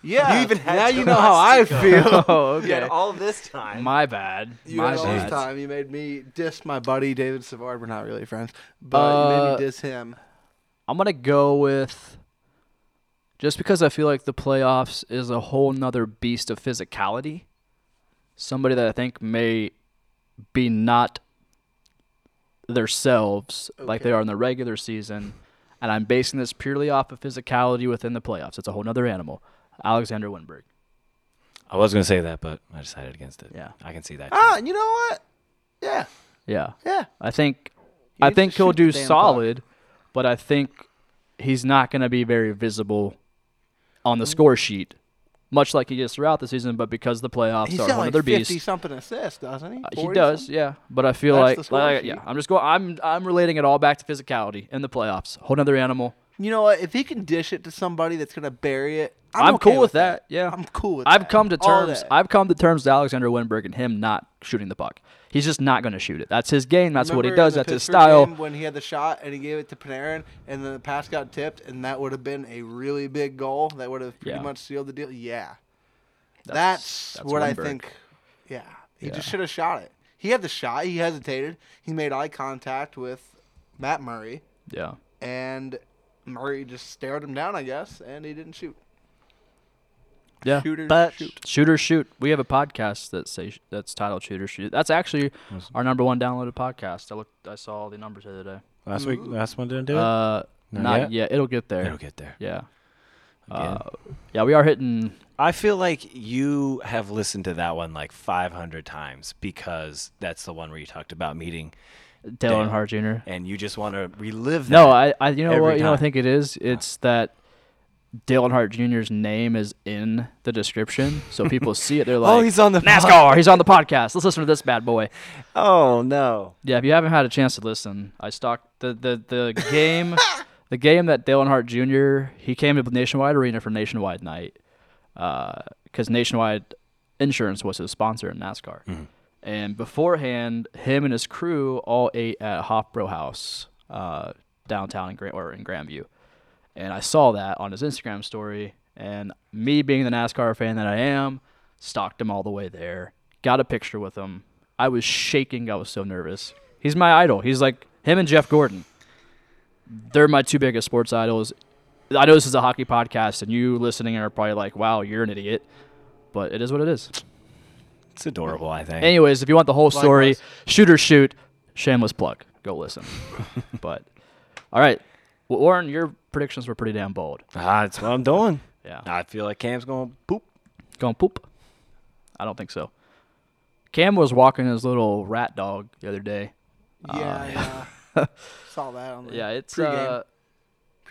Speaker 4: Yeah.
Speaker 5: even had
Speaker 4: now
Speaker 5: to
Speaker 4: you know how I feel.
Speaker 2: oh, okay.
Speaker 5: all this time.
Speaker 2: My bad.
Speaker 4: You
Speaker 2: my
Speaker 4: had all this
Speaker 2: bad.
Speaker 4: time. You made me diss my buddy David Savard. We're not really friends, but you made
Speaker 2: Uh,
Speaker 4: me diss him.
Speaker 2: I'm gonna go with just because I feel like the playoffs is a whole nother beast of physicality. Somebody that I think may be not themselves like they are in the regular season, and I'm basing this purely off of physicality within the playoffs. It's a whole nother animal. Alexander Winberg.
Speaker 5: I was gonna say that, but I decided against it.
Speaker 2: Yeah.
Speaker 5: I can see that.
Speaker 4: Ah, you know what? Yeah,
Speaker 2: Yeah.
Speaker 4: yeah.
Speaker 2: I think I
Speaker 4: need to
Speaker 2: think he'll
Speaker 4: shoot the
Speaker 2: do
Speaker 4: damn puck.
Speaker 2: solid, but I think he's not going to be very visible on the score sheet, much like he is throughout the season. But because the playoffs
Speaker 4: He's
Speaker 2: are
Speaker 4: got
Speaker 2: one
Speaker 4: like
Speaker 2: of their
Speaker 4: fifty
Speaker 2: beasts,
Speaker 4: something assists, doesn't he?
Speaker 2: uh, he
Speaker 4: 40
Speaker 2: does,
Speaker 4: something?
Speaker 2: yeah. But I feel
Speaker 4: That's the
Speaker 2: like,
Speaker 4: score
Speaker 2: like-
Speaker 4: sheet.
Speaker 2: yeah, I'm just going. I'm I'm relating it all back to physicality in the playoffs. Whole other animal.
Speaker 4: You know what? If he can dish it to somebody that's gonna bury it, I'm,
Speaker 2: I'm
Speaker 4: okay
Speaker 2: cool with that, yeah.
Speaker 4: I'm cool with.
Speaker 2: I've
Speaker 4: that.
Speaker 2: come to
Speaker 4: All
Speaker 2: terms.
Speaker 4: that.
Speaker 2: I've come to terms with Alexander Winberg and him not shooting the puck. He's just not going to shoot it. That's his game. That's what he
Speaker 4: Remember in
Speaker 2: does.
Speaker 4: the
Speaker 2: That's his
Speaker 4: Pittsburgh
Speaker 2: style.
Speaker 4: game When he had the shot and he gave it to Panarin, and then the pass got tipped, and that would have been a really big goal. That would have pretty
Speaker 2: Yeah.
Speaker 4: much sealed the deal. Yeah,
Speaker 2: That's-
Speaker 4: that's,
Speaker 2: that's
Speaker 4: what I
Speaker 2: Lundberg.
Speaker 4: think. Yeah, he just should have shot it. He had the shot. He hesitated. He made eye contact with Matt Murray,
Speaker 2: Yeah.
Speaker 4: and Murray just stared him down, I guess, and he didn't shoot.
Speaker 2: Yeah.
Speaker 4: Shooter, shoot.
Speaker 2: Shooter Shoot. We have a podcast that say that's titled Shooter Shoot. That's actually our number one downloaded podcast. I looked, I saw all the numbers the other day.
Speaker 5: Last week, last one didn't do it.
Speaker 2: Uh,
Speaker 5: Not
Speaker 2: not,
Speaker 5: yet?
Speaker 2: yet. It'll get there.
Speaker 5: It'll get there.
Speaker 2: Yeah. Uh, yeah, we are hitting.
Speaker 5: I feel like you have listened to that one like 500 times because that's the one where you talked about meeting,
Speaker 2: Dale Hart Jr.
Speaker 5: and you just want to relive.
Speaker 2: No,
Speaker 5: that.
Speaker 2: I, I you know
Speaker 5: every
Speaker 2: what you know what I
Speaker 5: time.
Speaker 2: think it is? It's that Dale Earnhardt Jr.'s name is in the description, so people see it. They're like,
Speaker 5: Oh, he's on the pod-
Speaker 2: NASCAR. He's on the podcast. Let's listen to this bad boy.
Speaker 5: Oh no.
Speaker 2: Yeah, if you haven't had a chance to listen, I stalked the the, the game the game that Dale Earnhardt Jr. he came to Nationwide Arena for Nationwide Night because Nationwide Insurance was his sponsor in NASCAR. And beforehand, him and his crew all ate at Hopbro House uh, downtown in Grand or in Grandview. And I saw that on his Instagram story. And me being the NASCAR fan that I am, stalked him all the way there. Got a picture with him. I was shaking. I was so nervous. He's my idol. He's like him and Jeff Gordon. They're my two biggest sports idols. I know this is a hockey podcast, and you listening are probably like, "Wow, you're an idiot," but it is what it is.
Speaker 5: It's adorable. I think.
Speaker 2: Anyways, if you want the whole story,
Speaker 4: Likewise.
Speaker 2: shoot or shoot, shameless plug. Go listen. but all right, well, Warren, your predictions were pretty damn bold.
Speaker 5: Ah, that's what I'm doing.
Speaker 2: Yeah.
Speaker 5: I feel like Cam's going to poop.
Speaker 2: Going poop? I don't think so. Cam was walking his little rat dog the other day.
Speaker 4: Yeah, yeah. Saw that on the
Speaker 2: uh, Yeah, it's
Speaker 4: pregame.
Speaker 2: uh,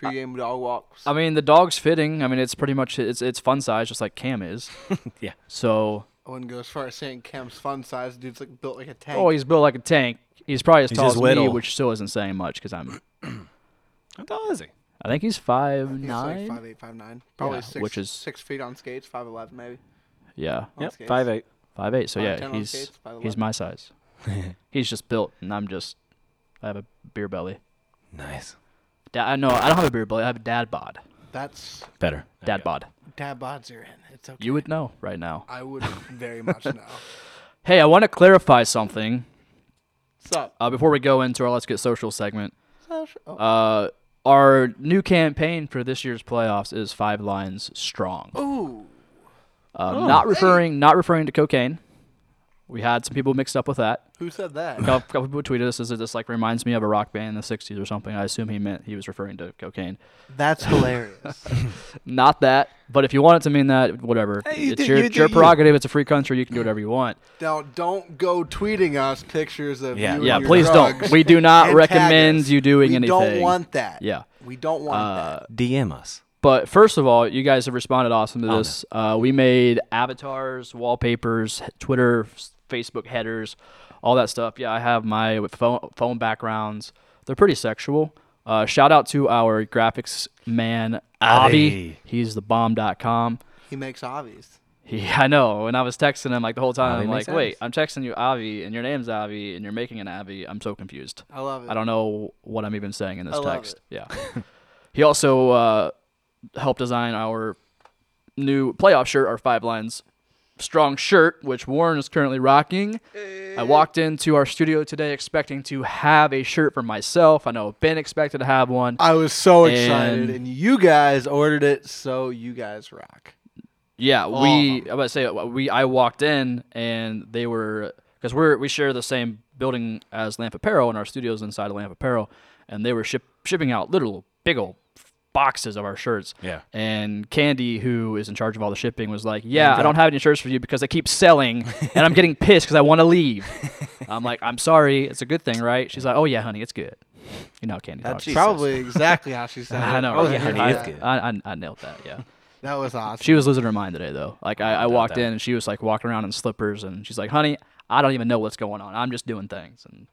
Speaker 4: pregame dog walks.
Speaker 2: I mean, the dog's fitting. I mean, it's pretty much it's it's fun size, just like Cam is.
Speaker 5: Yeah.
Speaker 2: So,
Speaker 4: I wouldn't go as far as saying Cam's fun size. Dude's like built like a tank.
Speaker 2: oh, he's built like a tank. He's probably as
Speaker 5: He's
Speaker 2: tall
Speaker 5: just
Speaker 2: as me,
Speaker 5: little.
Speaker 2: which still isn't saying much because I'm.
Speaker 5: How tall is he?
Speaker 2: I think he's five
Speaker 4: He's like
Speaker 2: nine.
Speaker 4: five eight, five nine. Probably
Speaker 2: Yeah,
Speaker 4: six,
Speaker 2: which is-
Speaker 4: six feet on skates, five eleven maybe.
Speaker 2: yeah,
Speaker 4: On skates.
Speaker 5: Five eight.
Speaker 2: five eight. So
Speaker 4: Five,
Speaker 2: yeah,
Speaker 4: ten on
Speaker 2: he's
Speaker 4: skates, five
Speaker 2: he's
Speaker 4: eleven.
Speaker 2: my size. he's just built, and I'm just I have a beer belly.
Speaker 5: Nice.
Speaker 2: Da- I know I don't have a beer belly. I have a dad bod.
Speaker 4: That's
Speaker 5: Better.
Speaker 2: Dad bod.
Speaker 4: dad bods are in. It's okay.
Speaker 2: You would know right now.
Speaker 4: I would very much know.
Speaker 2: Hey, I want to clarify something
Speaker 4: What's up?
Speaker 2: uh, before we go into our Let's Get Social segment.
Speaker 4: Oh, sh- oh.
Speaker 2: Uh, our new campaign for this year's playoffs is Five Lines Strong.
Speaker 5: Oh,
Speaker 4: Ooh.
Speaker 2: Um, Not referring, not referring to cocaine. We had some people mixed up with that.
Speaker 4: Who said
Speaker 2: A
Speaker 4: that?
Speaker 2: couple, couple people tweeted us as it just like reminds me of a rock band in the '60s or something. I assume he meant he was referring to cocaine.
Speaker 4: That's hilarious.
Speaker 2: Not that, but if you want it to mean that, whatever.
Speaker 5: you
Speaker 2: it's
Speaker 5: do-
Speaker 2: your,
Speaker 5: you
Speaker 2: it's
Speaker 5: do
Speaker 2: your
Speaker 5: you.
Speaker 2: prerogative. It's a free country. You can do whatever you want.
Speaker 4: now don't go tweeting us pictures of
Speaker 5: Yeah.
Speaker 4: you.
Speaker 2: Yeah,
Speaker 4: and your
Speaker 2: please don't.
Speaker 4: drugs
Speaker 2: We do not
Speaker 4: and tag
Speaker 2: recommend
Speaker 4: us.
Speaker 2: you doing
Speaker 4: we
Speaker 2: anything.
Speaker 4: Don't want that.
Speaker 2: Yeah. Uh,
Speaker 4: We don't want that.
Speaker 5: DM us.
Speaker 2: But first of all, you guys have responded awesome to this. Uh, we made avatars, wallpapers, h- Twitter, s- Facebook headers, all that stuff. Yeah, I have my with phone, phone backgrounds. They're pretty sexual. Uh, shout out to our graphics man, Avi.
Speaker 5: Avi.
Speaker 2: He's the bomb.com.
Speaker 4: He makes obvious.
Speaker 2: He, I know. When I was texting him like the whole time,
Speaker 5: Avi
Speaker 2: I'm like,
Speaker 5: makes
Speaker 2: wait, I'm texting you Avi, and your name's Avi, and you're making an Avi. I'm so confused.
Speaker 4: I love it.
Speaker 2: I don't know what I'm even saying in this
Speaker 4: I love
Speaker 2: text. Yeah. he also uh, helped design our new playoff shirt, our five lines strong shirt, which Warren is currently rocking.
Speaker 4: Eh.
Speaker 2: I walked into our studio today expecting to have a shirt for myself. I know Ben expected to have one.
Speaker 4: I was so excited,
Speaker 2: And-
Speaker 4: and you guys ordered it, so you guys rock.
Speaker 2: Yeah,
Speaker 4: of
Speaker 2: we. I'm about to say uh, we. I walked in and they were because we're we share the same building as Lamp Apparel and our studios inside of Lamp Apparel, and they were ship, shipping out little big old boxes of our shirts.
Speaker 5: Yeah.
Speaker 2: And Candy, who is in charge of all the shipping, was like, "Yeah, I don't have any shirts for you because they keep selling, and I'm getting pissed because I want to leave." I'm like, "I'm sorry, it's a good thing, right?" She's like, "Oh yeah, honey, it's good." You know, how Candy. talks.
Speaker 5: Jesus.
Speaker 4: Probably exactly how she said it.
Speaker 2: I know.
Speaker 5: Oh,
Speaker 2: right?
Speaker 5: yeah, honey,
Speaker 2: I-
Speaker 5: it's good.
Speaker 2: I, I, I nailed that. Yeah.
Speaker 4: That was awesome.
Speaker 2: She was losing her mind today, though. Like I, I walked
Speaker 5: that.
Speaker 2: in and she was like walking around in slippers, and she's like, "Honey, I don't even know what's going on. I'm just doing things." And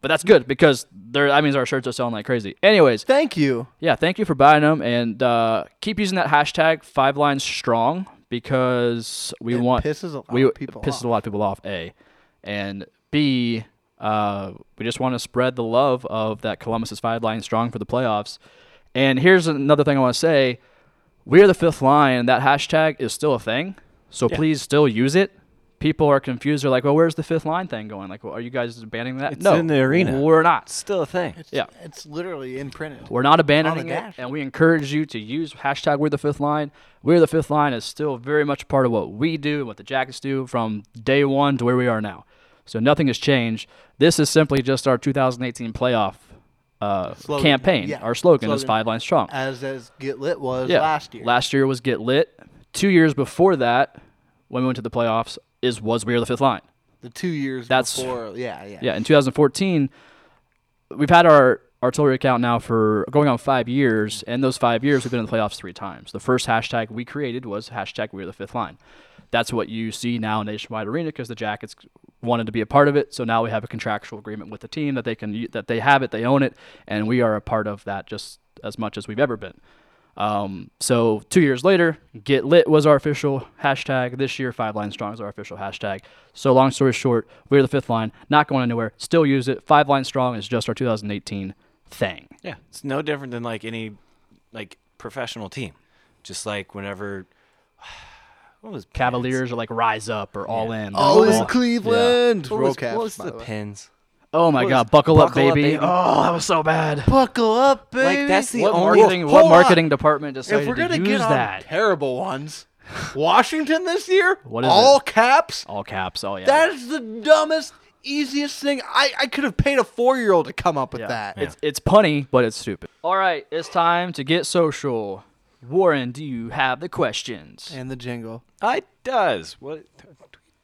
Speaker 2: but that's good because there. That means our shirts are selling like crazy. Anyways,
Speaker 4: Thank you.
Speaker 2: yeah, thank you for buying them, and uh, keep using that hashtag Five Lines Strong because we
Speaker 4: It
Speaker 2: want
Speaker 4: pisses a lot
Speaker 2: we
Speaker 4: of people
Speaker 2: pisses
Speaker 4: off.
Speaker 2: a lot of people off. A and B. Uh, we just want to spread the love of that Columbus is five line strong for the playoffs. And here's another thing I want to say: we're the fifth line, and that hashtag is still a thing. So please still use it. People are confused. They're like, "Well, where's the fifth line thing going? Like, well, are you guys abandoning that?"
Speaker 5: It's
Speaker 2: no,
Speaker 5: in the arena.
Speaker 2: We're not.
Speaker 5: Still a thing.
Speaker 2: Yeah.
Speaker 4: It's literally imprinted.
Speaker 2: We're not abandoning it,
Speaker 4: dash.
Speaker 2: and we encourage you to use hashtag We're the Fifth Line. We're the Fifth Line is still very much part of what we do and what the Jackets do from day one to where we are now. So nothing has changed. This is simply just our 2018 playoff uh,
Speaker 4: Slogan.
Speaker 2: campaign.
Speaker 4: Yeah.
Speaker 2: Our slogan, is
Speaker 4: Slogan.
Speaker 2: Five Lines Strong.
Speaker 4: As as Get Lit was
Speaker 2: Yeah.
Speaker 4: last year.
Speaker 2: Last year was Get Lit. Two years before that, when we went to the playoffs, is was We're the Fifth Line.
Speaker 4: the two years
Speaker 2: That's-
Speaker 4: before. Yeah, yeah.
Speaker 2: Yeah, in 2014, we've had our artillery account now for going on five years, and those five years we've been in the playoffs three times. The first hashtag we created was hashtag We're the Fifth Line. That's what you see now in Nationwide Arena because the Jackets wanted to be a part of it. So now we have a contractual agreement with the team that they can u- that they have it, they own it, and we are a part of that just as much as we've ever been. Um, so two years later, get lit was our official hashtag. This year, five line strong is our official hashtag. So long story short, we're the fifth line, not going anywhere. Still use it. Five line strong is just our 2018 thing.
Speaker 5: Yeah, it's no different than like any like professional team. Just like whenever what was
Speaker 2: Cavaliers are like rise up or all in.
Speaker 4: All
Speaker 2: They're
Speaker 4: Oh, in Cleveland.
Speaker 5: What
Speaker 4: Roll
Speaker 5: was,
Speaker 4: caps,
Speaker 5: what was
Speaker 4: by
Speaker 5: the
Speaker 4: the way.
Speaker 5: pins?
Speaker 2: Oh my
Speaker 5: What
Speaker 2: god,
Speaker 5: is-
Speaker 2: buckle, up,
Speaker 5: Buckle Up,
Speaker 2: baby.
Speaker 5: Baby.
Speaker 2: Oh, that was so bad.
Speaker 4: Buckle up, baby.
Speaker 5: Like that's the
Speaker 2: What
Speaker 5: only
Speaker 2: marketing,
Speaker 4: Well,
Speaker 2: what
Speaker 4: hold
Speaker 2: marketing department decided
Speaker 4: if we're
Speaker 2: to
Speaker 4: gonna
Speaker 2: use
Speaker 4: get on
Speaker 2: that?
Speaker 4: terrible ones, Washington this year,
Speaker 2: What is
Speaker 4: all
Speaker 2: it?
Speaker 4: caps.
Speaker 2: all caps. Oh yeah.
Speaker 4: That is the dumbest, easiest thing. I, I could have paid a four year old to come up with
Speaker 2: Yeah.
Speaker 4: that.
Speaker 2: It's it's punny, but it's stupid. All right, it's time to get social. Warren, do you have the questions?
Speaker 4: And the jingle.
Speaker 5: I does. What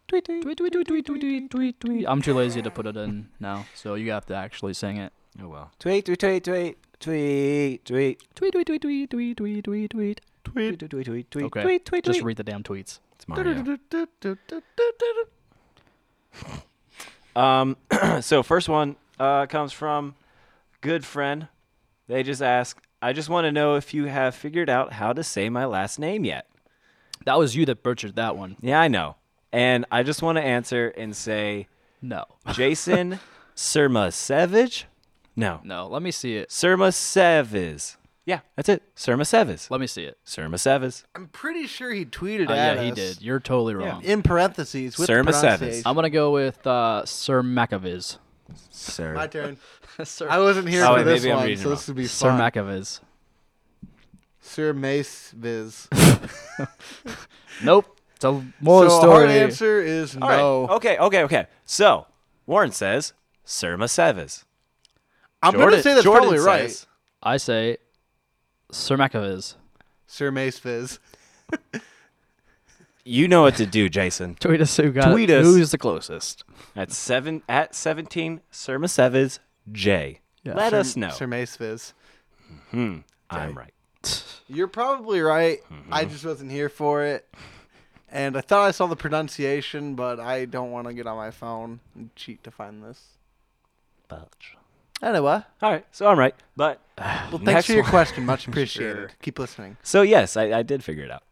Speaker 5: tweet tweet.
Speaker 2: tweet, tweet, tweet, tweet, tweet, tweet, tweet, tweet. I'm too lazy to put it in now, so you have to actually sing it.
Speaker 5: Oh well. Tweet tweet tweet tweet tweet tweet
Speaker 2: Tweet, tweet, tweet, tweet, tweet, tweet, tweet, tweet.
Speaker 5: tweet tweet tweet tweet tweet
Speaker 2: Okay,
Speaker 5: tweet tweet.
Speaker 2: just
Speaker 5: tweet.
Speaker 2: read the damn tweets.
Speaker 5: It's Mario. Um, so first one uh, comes from good friend. They just ask, I just want to know if you have figured out how to say my last name yet.
Speaker 2: That was you that butchered that one.
Speaker 5: Yeah, I know. And I just want to answer and say
Speaker 2: No,
Speaker 5: Jason Surma Savage. No,
Speaker 2: no. Let me see it.
Speaker 5: Surma Seviz. Yeah, that's it. Surma Seviz.
Speaker 2: Let me see it.
Speaker 5: Surma Seviz.
Speaker 4: I'm pretty sure he tweeted
Speaker 2: Oh,
Speaker 4: at
Speaker 2: yeah, he
Speaker 4: us
Speaker 2: did. You're totally wrong.
Speaker 4: In parentheses with
Speaker 5: Sir
Speaker 4: the
Speaker 5: Masavis.
Speaker 4: pronunciation.
Speaker 2: I'm gonna go with uh, Sir Macaviz.
Speaker 5: Sir.
Speaker 4: My turn.
Speaker 2: Sir,
Speaker 4: I wasn't here
Speaker 5: Oh,
Speaker 4: for
Speaker 5: wait,
Speaker 4: this
Speaker 5: maybe I'm
Speaker 4: one,
Speaker 5: reading
Speaker 4: so
Speaker 5: it
Speaker 4: this would be
Speaker 2: Sir
Speaker 4: fun.
Speaker 2: Macaviz.
Speaker 4: Sir Mace Viz.
Speaker 2: Nope. It's a more
Speaker 4: so
Speaker 2: story.
Speaker 4: hard answer is
Speaker 5: All right. Oh,
Speaker 4: no.
Speaker 5: Okay, okay, okay. So Warren says Surma Seviz.
Speaker 4: I'm going to say that's
Speaker 5: Jordan
Speaker 4: probably right.
Speaker 5: says,
Speaker 2: I say Sir Macaviz.
Speaker 4: Sir Mace Viz.
Speaker 5: You know what to do, Jason.
Speaker 2: Tweet us who got
Speaker 5: Tweet
Speaker 2: it.
Speaker 5: us.
Speaker 2: Who's the closest?
Speaker 5: At seven at seventeen, Surma Seviz J. Let
Speaker 4: Sir-
Speaker 5: us know.
Speaker 4: Sir Mace Viz.
Speaker 5: I'm right.
Speaker 4: You're probably right. I
Speaker 2: Mm-hmm.
Speaker 4: just wasn't here for it. And I thought I saw the pronunciation, but I don't want to get on my phone and cheat to find this. Anyway,
Speaker 5: All right, so I'm right. But
Speaker 4: well, thanks
Speaker 5: Next
Speaker 4: for your
Speaker 5: one.
Speaker 4: question. Much appreciated. Keep listening.
Speaker 5: So yes, I, I did figure it out.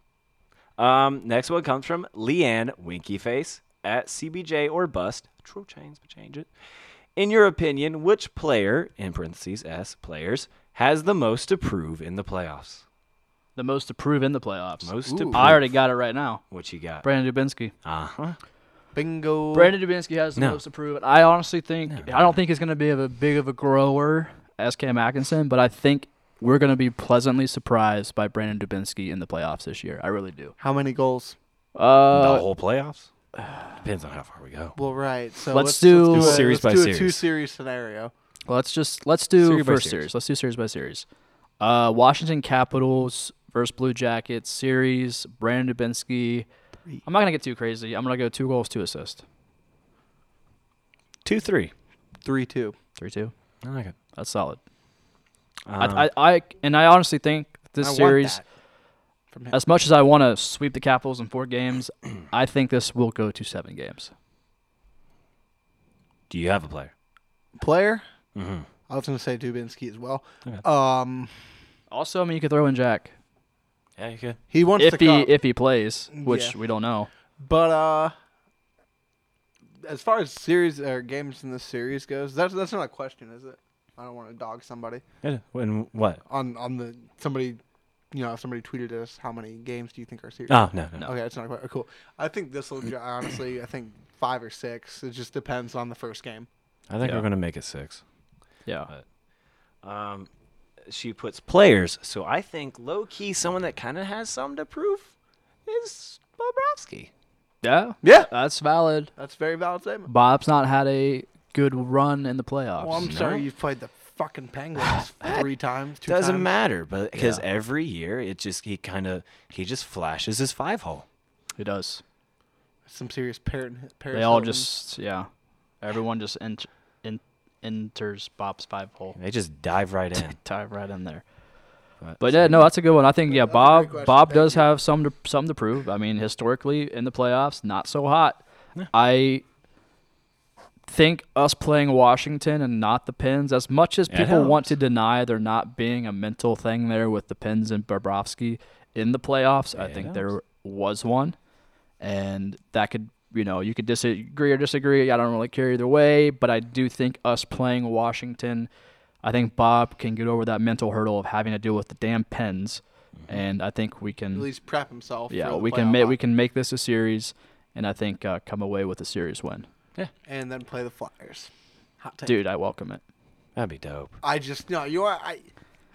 Speaker 5: Um, next one comes from Leanne Winkyface at CBJ or Bust. True chains, but change it. In your opinion, which player in parentheses S players has the most to prove in the playoffs?
Speaker 2: The most to prove in the playoffs.
Speaker 5: Most to prove.
Speaker 2: I already got it right now.
Speaker 5: What you got?
Speaker 2: Brandon Dubinsky.
Speaker 5: Uh huh.
Speaker 4: Bingo.
Speaker 2: Brandon Dubinsky has the
Speaker 5: No.
Speaker 2: most to prove. it. I honestly think I don't think he's going to be of a big of a grower as Cam Atkinson, but I think we're going to be pleasantly surprised by Brandon Dubinsky in the playoffs this year. I really do.
Speaker 4: How many goals?
Speaker 5: The
Speaker 2: Uh,
Speaker 5: whole playoffs. Depends on how far we go.
Speaker 4: Well, right. So
Speaker 2: Let's
Speaker 4: let's,
Speaker 2: do-
Speaker 4: let's do a,
Speaker 5: Series
Speaker 4: let's
Speaker 5: by
Speaker 4: do
Speaker 5: series.
Speaker 4: a two series scenario.
Speaker 2: let's just let's do
Speaker 5: Series by
Speaker 2: first
Speaker 5: series.
Speaker 2: series. Let's do series by series. Uh, Washington Capitals versus Blue Jackets series. Brandon Dubinsky. I'm not going to get too crazy. I'm going to go two goals, two assists,
Speaker 5: Two, three.
Speaker 4: Three two.
Speaker 2: three two.
Speaker 5: I like it.
Speaker 2: That's solid.
Speaker 5: Um,
Speaker 2: I, I, I and I honestly think this
Speaker 4: I want
Speaker 2: series.
Speaker 4: that from him.
Speaker 2: As much as I want to sweep the Capitals in four games, I think this will go to seven games.
Speaker 5: do you have a player?
Speaker 4: Player.
Speaker 2: Mm-hmm.
Speaker 4: I was gonna say Dubinsky as well. Um,
Speaker 2: Also, I mean, you could throw in Jack
Speaker 5: Yeah, you could.
Speaker 4: he wants
Speaker 2: if
Speaker 4: to
Speaker 2: he
Speaker 4: come,
Speaker 2: if he plays, which
Speaker 4: Yeah.
Speaker 2: we don't know.
Speaker 4: but uh, as far as series or games in this series goes, that's that's not a question, is it? I don't want to dog somebody
Speaker 5: Yeah. And what?
Speaker 4: on on the somebody. You know, if somebody tweeted us how many games do you think are series.
Speaker 2: Uh.
Speaker 5: Oh no, no. no.
Speaker 4: Okay, it's not quite cool. I think this will honestly. I think five or six. It just depends on the first game.
Speaker 5: I think
Speaker 2: Yeah.
Speaker 5: we're gonna make it six.
Speaker 2: Yeah,
Speaker 5: Um, she puts players. So I think low key, someone that kind of has something to prove is Bobrovsky.
Speaker 2: yeah,
Speaker 4: Yeah.
Speaker 2: That's valid.
Speaker 4: That's a very valid statement.
Speaker 2: Bob's not had a good run in the playoffs.
Speaker 4: Well, I'm sorry you've played the fucking Penguins three times. Two
Speaker 5: Doesn't
Speaker 4: times.
Speaker 5: matter, but because
Speaker 2: Yeah.
Speaker 5: every year it just he kind of he just flashes his five hole.
Speaker 2: He does.
Speaker 4: Some serious parent.
Speaker 2: They all just yeah. Everyone just ent- in- enters Bob's five hole.
Speaker 5: They just dive right in.
Speaker 2: Dive right in there. But yeah, no, that's a good one. I think yeah, Bob
Speaker 4: question.
Speaker 2: Bob
Speaker 4: Thank
Speaker 2: does have some to, some to prove. I mean, historically in the playoffs, not so hot. I think us playing Washington and not the Pens, as much as
Speaker 5: Yeah, it
Speaker 2: people want
Speaker 5: helps.
Speaker 2: to deny there not being a mental thing there with the Pens and Bobrovsky in the playoffs, I
Speaker 5: it
Speaker 2: think
Speaker 5: helps.
Speaker 2: there was one, and that could. You know, you could disagree or disagree. I don't really care either way, but I do think us playing Washington I think Bob can get over that mental hurdle of having to deal with the damn pens,
Speaker 5: Mm-hmm.
Speaker 2: and I think we
Speaker 4: at
Speaker 2: can.
Speaker 4: least prep himself.
Speaker 2: Yeah,
Speaker 4: for the
Speaker 2: we can
Speaker 4: playoff
Speaker 2: make we
Speaker 4: run
Speaker 2: can make this a series, and I think uh, come away with a series win.
Speaker 4: and then play the Flyers. Hot take.
Speaker 2: Dude, I welcome it.
Speaker 5: That'd be dope.
Speaker 4: I just no. You are I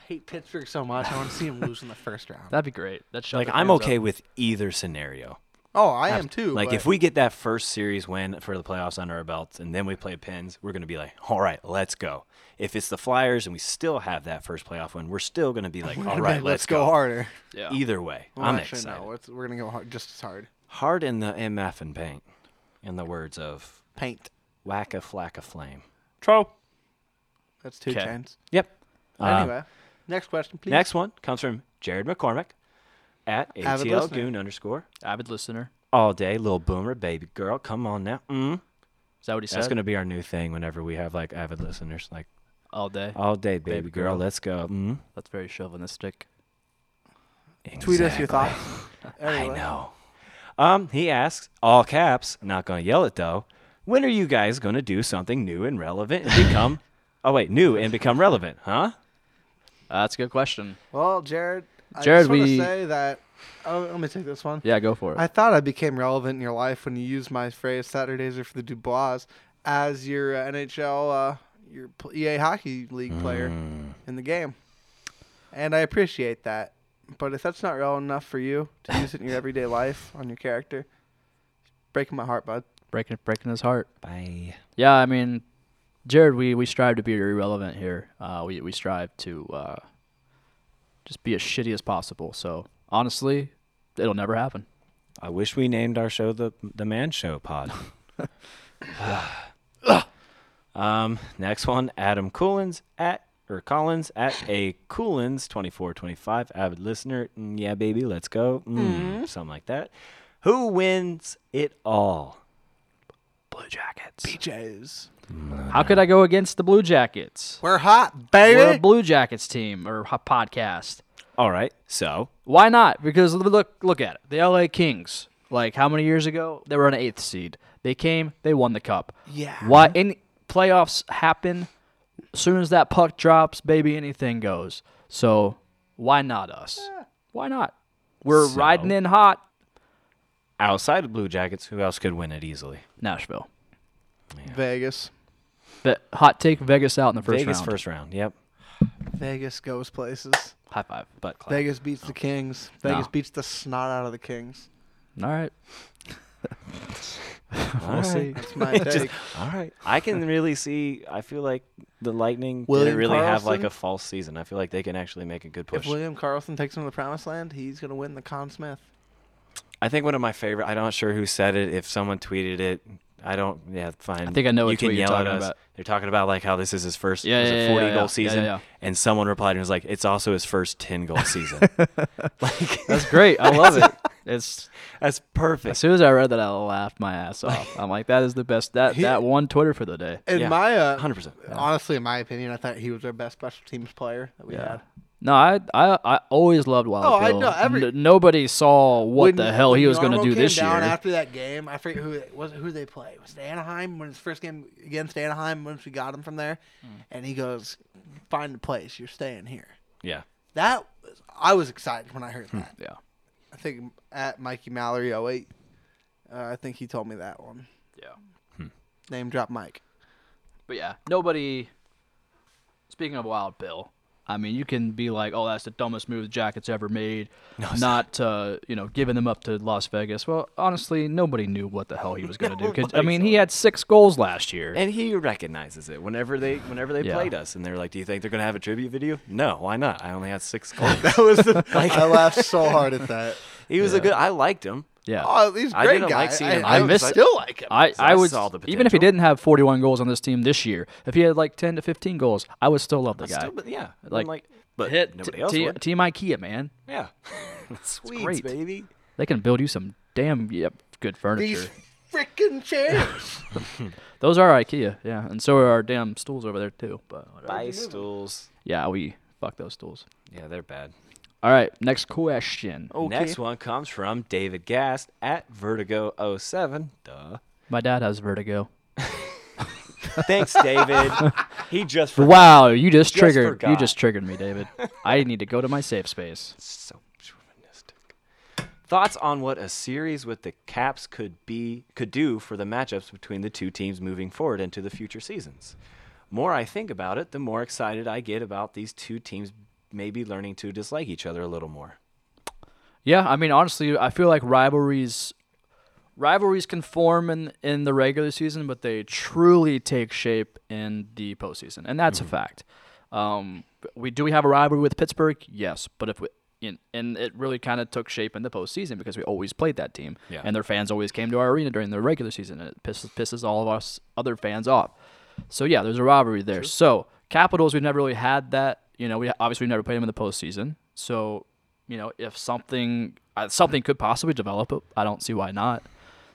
Speaker 4: hate Pittsburgh so much. I want to see him lose in the first round.
Speaker 2: That'd be great. That
Speaker 5: Like I'm okay with either scenario.
Speaker 4: oh, I am too.
Speaker 5: Like
Speaker 4: but
Speaker 5: if we get that first series win for the playoffs under our belts, and then we play Pens, we're gonna be like, all right, let's go. If it's the Flyers and we still have that first playoff win, we're still gonna be like, all
Speaker 4: Hey,
Speaker 5: right,
Speaker 4: let's,
Speaker 5: let's
Speaker 4: go, harder.
Speaker 2: Yeah.
Speaker 5: Either way,
Speaker 4: Well,
Speaker 5: I'm
Speaker 4: actually,
Speaker 5: excited.
Speaker 4: No, it's, we're gonna go hard, just as hard.
Speaker 5: Hard in the MF and paint, in the words of
Speaker 4: Paint.
Speaker 5: Whack a Flack a Flame.
Speaker 2: Tro.
Speaker 4: That's two
Speaker 2: 'Kay.
Speaker 4: chains.
Speaker 5: Yep. Uh,
Speaker 4: Anyway, next question, please.
Speaker 5: Next one comes from Jared McCormick at
Speaker 4: Avid
Speaker 5: ATL
Speaker 4: listener.
Speaker 5: Goon underscore
Speaker 2: Avid listener.
Speaker 5: all day, little boomer, baby girl. Come on now. Mm.
Speaker 2: Is that what he
Speaker 5: That's
Speaker 2: said?
Speaker 5: going to be our new thing whenever we have like avid listeners. Like,
Speaker 2: All day.
Speaker 5: all day, baby,
Speaker 2: Baby
Speaker 5: girl,
Speaker 2: girl.
Speaker 5: let's go. Mm.
Speaker 2: That's very chauvinistic.
Speaker 4: Tweet us
Speaker 5: Exactly.
Speaker 4: your thoughts.
Speaker 5: I
Speaker 4: Anyway.
Speaker 5: know. Um, he asks, all caps, not gonna yell it though. When are you guys gonna do something new and relevant and become? oh wait, new and become relevant, huh?
Speaker 2: Uh, that's a good question.
Speaker 4: Well, Jared, I
Speaker 2: Jared,
Speaker 4: just want
Speaker 2: we-
Speaker 4: to say that. Oh, let me take this one.
Speaker 2: Yeah, go for it.
Speaker 4: I thought I became relevant in your life when you used my phrase "Saturdays are for the Dubois" as your uh, NHL, uh, your pl- EA hockey league player
Speaker 5: Mm.
Speaker 4: in the game, and I appreciate that. But if that's not relevant enough for you to use it in your everyday life on your character, breaking my heart, bud.
Speaker 2: breaking breaking his heart.
Speaker 5: Bye.
Speaker 2: Yeah, I mean, Jared, we, we strive to be irrelevant here. Uh, we we strive to uh, just be as shitty as possible. So honestly, it'll never happen.
Speaker 5: I wish we named our show the the Man Show Pod. um, next one, Adam Coolins at or Collins at a Coolins twenty four twenty five avid listener. Mm, yeah, baby, let's go. Mm, Something like that. Who wins it all? Blue Jackets.
Speaker 4: PJs.
Speaker 2: How could I go against the Blue Jackets?
Speaker 4: We're hot, baby.
Speaker 2: We're a Blue Jackets team or ho- podcast.
Speaker 5: All right. So
Speaker 2: Why not? Because l- look, look at it. The LA Kings. Like how many years ago they were an eighth seed. They came, they won the cup.
Speaker 4: Yeah.
Speaker 2: Why? In playoffs happen. As soon as that puck drops, baby, anything goes. So why not us? Why not? We're
Speaker 5: So-
Speaker 2: riding in hot.
Speaker 5: outside of Blue Jackets, who else could win it easily?
Speaker 2: Nashville.
Speaker 4: Vegas.
Speaker 2: But hot take Vegas out in the first
Speaker 5: Vegas
Speaker 2: round.
Speaker 5: first round. Yep.
Speaker 4: Vegas goes places.
Speaker 2: High five.
Speaker 5: Butt clap.
Speaker 4: Vegas beats the Kings. Vegas
Speaker 2: No.
Speaker 4: beats the snot out of the Kings.
Speaker 2: All right.
Speaker 5: All right.
Speaker 4: That's my take.
Speaker 5: All right. I can really see. I feel like the Lightning
Speaker 4: William
Speaker 5: didn't really have like
Speaker 4: Karlsson?
Speaker 5: a false season. I feel like they can actually make a good
Speaker 4: if
Speaker 5: push.
Speaker 4: William Carlson takes him to the promised land, he's gonna win the Conn Smith.
Speaker 5: I think one of my favorite. I'm not sure who said it. If someone tweeted it, I don't. Yeah, fine.
Speaker 2: I think I know
Speaker 5: You
Speaker 2: what
Speaker 5: can
Speaker 2: tweet you're
Speaker 5: yell at
Speaker 2: talking
Speaker 5: us.
Speaker 2: about.
Speaker 5: They're talking about like how this is his first
Speaker 2: Yeah,
Speaker 5: was
Speaker 2: yeah,
Speaker 5: it
Speaker 2: yeah,
Speaker 5: 40
Speaker 2: yeah, yeah.
Speaker 5: goal season,
Speaker 2: Yeah, yeah.
Speaker 5: and someone replied and was like, "It's also his first 10 goal season." like
Speaker 2: That's great. I love it. It's
Speaker 5: that's
Speaker 2: as
Speaker 5: perfect.
Speaker 2: soon as I read that, I laughed my ass off. I'm like, that is the best. That that one Twitter for the day.
Speaker 4: In
Speaker 5: Yeah.
Speaker 4: my uh,
Speaker 5: 100%.
Speaker 4: honestly, in my opinion, I thought he was our best special teams player that we had.
Speaker 2: No, I I, I always loved Wild
Speaker 4: Oh, I
Speaker 2: Bill.
Speaker 4: know, every-
Speaker 2: N- nobody saw what
Speaker 4: When-
Speaker 2: the hell
Speaker 4: when
Speaker 2: he was going
Speaker 4: Yarmo
Speaker 2: to do
Speaker 4: came
Speaker 2: this year.
Speaker 4: down After that game, I forget who it was who they play. Was it Anaheim when his first game against Anaheim? Once we got him from there,
Speaker 2: Hmm.
Speaker 4: and he goes, "Find a place. You're staying here."
Speaker 5: Yeah.
Speaker 4: That was, I was excited when I heard that.
Speaker 2: Hmm, yeah,
Speaker 4: I think at Mikey Mallory 08, uh, I think he told me that one.
Speaker 2: yeah,
Speaker 4: Name drop Mike.
Speaker 2: but yeah, nobody. Speaking of Wild Bill, I mean, you can be like, "Oh, that's the dumbest move the Jackets ever made," not uh, you know giving them up to Las Vegas. Well, honestly, nobody knew what the hell he was going to do. 'cause, I mean, he had six goals last year.
Speaker 5: And he recognizes it whenever they whenever they
Speaker 2: Yeah.
Speaker 5: played us, and they're like, "Do you think they're gonna have a tribute video?" No, why not? I only had six goals.
Speaker 4: That was the, I laughed so hard at that.
Speaker 5: he was a good. I liked him.
Speaker 2: Yeah,
Speaker 4: Oh, he's a
Speaker 5: I
Speaker 4: great
Speaker 5: didn't
Speaker 4: guy.
Speaker 5: like seeing him.
Speaker 4: I,
Speaker 5: I
Speaker 4: would
Speaker 5: miss-
Speaker 4: still like him.
Speaker 2: I, I
Speaker 5: I
Speaker 2: would
Speaker 5: saw the
Speaker 2: even if he
Speaker 5: potential.
Speaker 2: didn't have 41 goals on this team this year, if he had like 10 to 15 goals, I would still love the guy.
Speaker 5: Still, but yeah, I'm
Speaker 2: Like,
Speaker 5: like, but
Speaker 2: Hit
Speaker 5: nobody
Speaker 2: t-
Speaker 5: else
Speaker 2: te-
Speaker 5: would.
Speaker 2: team IKEA, man.
Speaker 5: yeah, sweet
Speaker 2: great.
Speaker 5: baby.
Speaker 2: They can build you some damn yep, good furniture.
Speaker 4: These freaking chairs.
Speaker 2: Those are IKEA, yeah, and so are our damn stools over there too. But whatever.
Speaker 5: Ice stools.
Speaker 2: yeah, we fuck those stools.
Speaker 5: Yeah, they're bad.
Speaker 2: All right, next question.
Speaker 4: okay.
Speaker 5: Next one comes from David Gast at Vertigo07. Duh.
Speaker 2: My dad has vertigo.
Speaker 5: Thanks, David. he just for
Speaker 2: Wow, you just, triggered. You
Speaker 5: forgot.
Speaker 2: just triggered me, David. I need to go to my safe space.
Speaker 5: so chauvinistic. Thoughts on what a series with the Caps could be could do for the matchups between the two teams moving forward into the future seasons. More I think about it, the more excited I get about these two teams maybe learning to dislike each other a little more.
Speaker 2: Yeah, I mean, honestly, I feel like rivalries rivalries can form in in the regular season, but they truly take shape in the postseason, and that's a fact. Um, we do we have a rivalry with Pittsburgh? Yes, but if we in, and it really kind of took shape in the postseason because we always played that team,
Speaker 5: Yeah.
Speaker 2: and their fans always came to our arena during the regular season, and it pisses pisses all of us other fans off. So yeah, there's a rivalry there. So Capitals, we've never really had that. You know, we obviously we've never played them in the postseason. So you know, if something uh, something could possibly develop, I don't see why not.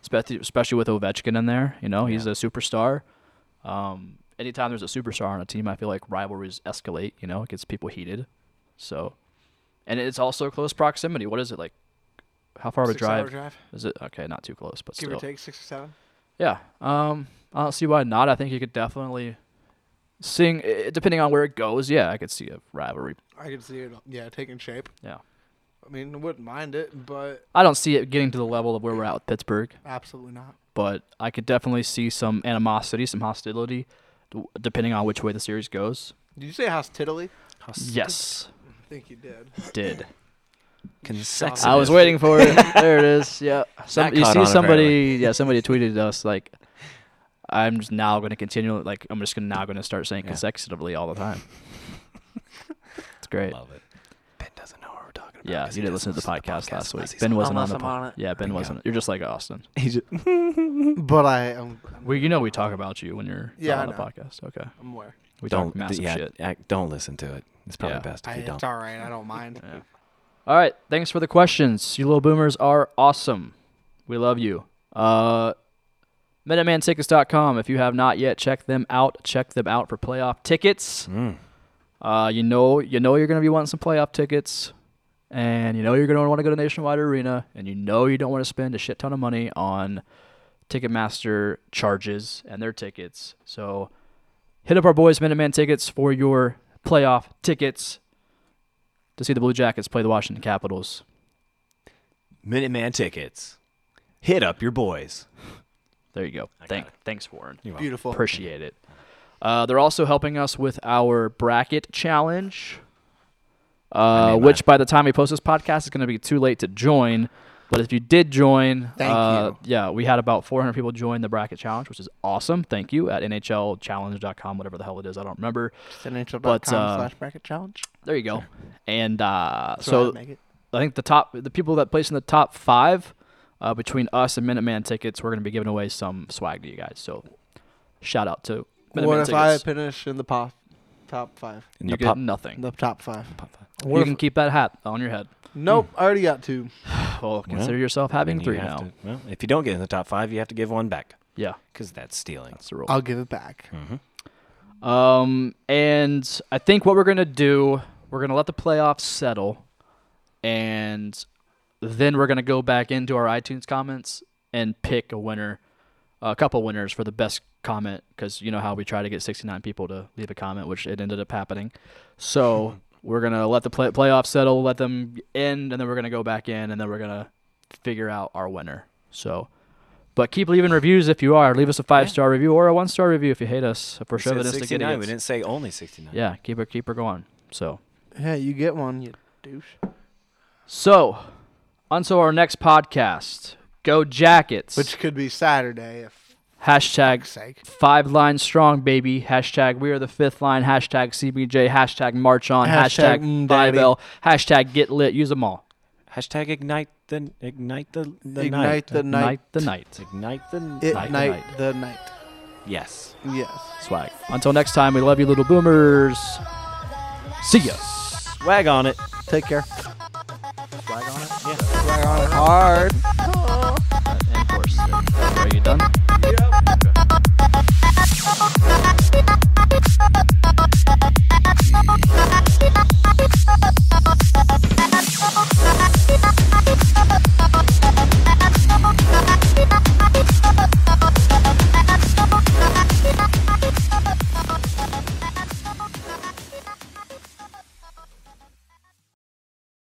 Speaker 2: Especially, especially with Ovechkin in there, you know, he's a superstar. Um, anytime there's a superstar on a team, I feel like rivalries escalate. You know, it gets people heated. So, and it's also close proximity. What is it like? How far of a
Speaker 4: Six hour
Speaker 2: drive?
Speaker 4: drive.
Speaker 2: Is it okay? Not too close, but
Speaker 4: Give
Speaker 2: still.
Speaker 4: or take six or seven.
Speaker 2: Yeah. Um, I don't see why not. I think you could definitely sing, eh, depending on where it goes. Yeah, I could see a rivalry.
Speaker 4: I can see it. Yeah, taking shape.
Speaker 2: Yeah.
Speaker 4: I mean, I wouldn't mind it, but
Speaker 2: I don't see it getting to the level of where we're at with Pittsburgh,
Speaker 4: absolutely not.
Speaker 2: but I could definitely see some animosity, some hostility, d- depending on which way the series goes.
Speaker 4: Did you say house tiddly?
Speaker 2: Yes,
Speaker 4: I think you did.
Speaker 2: did.
Speaker 5: Consecutive.
Speaker 2: I was waiting for it. There it is. Yeah. Some,
Speaker 5: That
Speaker 2: you
Speaker 5: caught
Speaker 2: see
Speaker 5: on,
Speaker 2: somebody.
Speaker 5: apparently.
Speaker 2: Yeah, somebody tweeted us like, "I'm just now going to continue. Like, I'm just gonna, now going to start saying consecutively all the time." it's great.
Speaker 5: Love it. Ben doesn't know what we're talking about.
Speaker 2: Yeah,
Speaker 5: 'cause
Speaker 2: you
Speaker 5: he
Speaker 2: didn't listen
Speaker 5: doesn't
Speaker 2: to the podcast
Speaker 5: podcasts
Speaker 2: last
Speaker 5: unless
Speaker 2: week.
Speaker 5: he's
Speaker 2: Ben
Speaker 5: on-
Speaker 2: wasn't
Speaker 4: Unless
Speaker 2: on the
Speaker 4: I'm on
Speaker 2: podcast.
Speaker 4: it.
Speaker 2: Yeah, Ben wasn't. You're just like Austin.
Speaker 5: He's just-
Speaker 4: But I am.
Speaker 2: We, you know, we talk about you when you're
Speaker 4: Yeah,
Speaker 2: not
Speaker 4: I
Speaker 2: on the
Speaker 4: know.
Speaker 2: podcast. Okay.
Speaker 4: I'm aware.
Speaker 2: We
Speaker 5: don't
Speaker 2: talk massive
Speaker 5: yeah,
Speaker 2: shit.
Speaker 5: act- don't listen to it. It's probably
Speaker 2: Yeah.
Speaker 5: best if
Speaker 4: I,
Speaker 5: you don't.
Speaker 4: it's all right. I don't mind.
Speaker 2: All right. Thanks for the questions. You little boomers are awesome. We love you. Uh, MinutemanTickets.com. If you have not yet, check them out. Check them out for playoff tickets. Uh, you know, you know, you're gonna be wanting some playoff tickets, and you know you're gonna want to go to Nationwide Arena, and you know you don't want to spend a shit ton of money on Ticketmaster charges and their tickets. So hit up our boys Minuteman Tickets for your playoff tickets to see the Blue Jackets play the Washington Capitals.
Speaker 5: Minuteman tickets. Hit up your boys.
Speaker 2: There you go. Thank, thanks, Warren.
Speaker 4: Beautiful.
Speaker 2: Appreciate it. Uh, they're also helping us with our bracket challenge, uh, which by the time we post this podcast is going to be too late to join. But if you did join,
Speaker 4: Thank
Speaker 2: uh, yeah, we had about 400 people join the bracket challenge, which is awesome. Thank you at NHLchallenge.com, whatever the hell it is, I don't remember.
Speaker 4: It's NHL.com
Speaker 2: But, uh,
Speaker 4: slash bracket challenge.
Speaker 2: There you go. And uh,
Speaker 4: That's
Speaker 2: so
Speaker 4: what I make it.
Speaker 2: I think the top, the people that place in the top five uh, between us and Minuteman tickets, we're going to be giving away some swag to you guys. So shout out to Minuteman
Speaker 4: What if
Speaker 2: tickets.
Speaker 4: I finish in the pop, top five?
Speaker 5: In
Speaker 2: you
Speaker 5: the
Speaker 2: get
Speaker 5: pop-
Speaker 2: nothing.
Speaker 4: The top five.
Speaker 2: you can keep that hat on your head.
Speaker 4: Nope, I already got two.
Speaker 2: Well, consider
Speaker 5: Well,
Speaker 2: yourself
Speaker 5: then
Speaker 2: having
Speaker 5: you
Speaker 2: three
Speaker 5: have
Speaker 2: now.
Speaker 5: to- well, if you don't get in the top five, you have to give one back
Speaker 2: Yeah,
Speaker 5: because that's stealing.
Speaker 2: that's the rule.
Speaker 4: I'll give it back.
Speaker 2: Um, and I think what we're gonna do, we're gonna let the playoffs settle, and then we're gonna go back into our iTunes comments and pick a winner, a couple winners for the best comment, because you know how we try to get 69 people to leave a comment, which it ended up happening. So we're gonna let the play- playoffs settle, let them end, and then we're gonna go back in, and then we're gonna figure out our winner. So. But keep leaving reviews if you are. Leave us a five star review or a one star review if you hate us for
Speaker 5: We said
Speaker 2: chauvinistic
Speaker 5: 69. We
Speaker 2: idiots.
Speaker 5: didn't say only 69.
Speaker 2: Yeah, keep her keep her going. So
Speaker 4: Yeah, you get one, you douche.
Speaker 2: so onto our next podcast. Go Jackets.
Speaker 4: Which could be Saturday, if
Speaker 2: hashtag
Speaker 4: sake.
Speaker 2: five line strong baby. Hashtag we are the fifth line. Hashtag CBJ. Hashtag march on.
Speaker 4: Hashtag
Speaker 2: Hashtag,
Speaker 4: mm,
Speaker 2: five
Speaker 4: daddy.
Speaker 2: L. Hashtag get lit. Use them all.
Speaker 5: Hashtag ignite the ignite the, the
Speaker 4: Ignite
Speaker 5: night.
Speaker 4: the night.
Speaker 2: the night.
Speaker 5: ignite the
Speaker 4: It
Speaker 2: night
Speaker 4: night, the
Speaker 2: the night.
Speaker 4: night.
Speaker 5: Yes.
Speaker 4: Yes.
Speaker 2: Swag. Until next time, we love you, little boomers. See ya.
Speaker 5: Swag on it.
Speaker 4: Take care. Swag on it. Yeah. Swag on it hard.
Speaker 2: Are you done?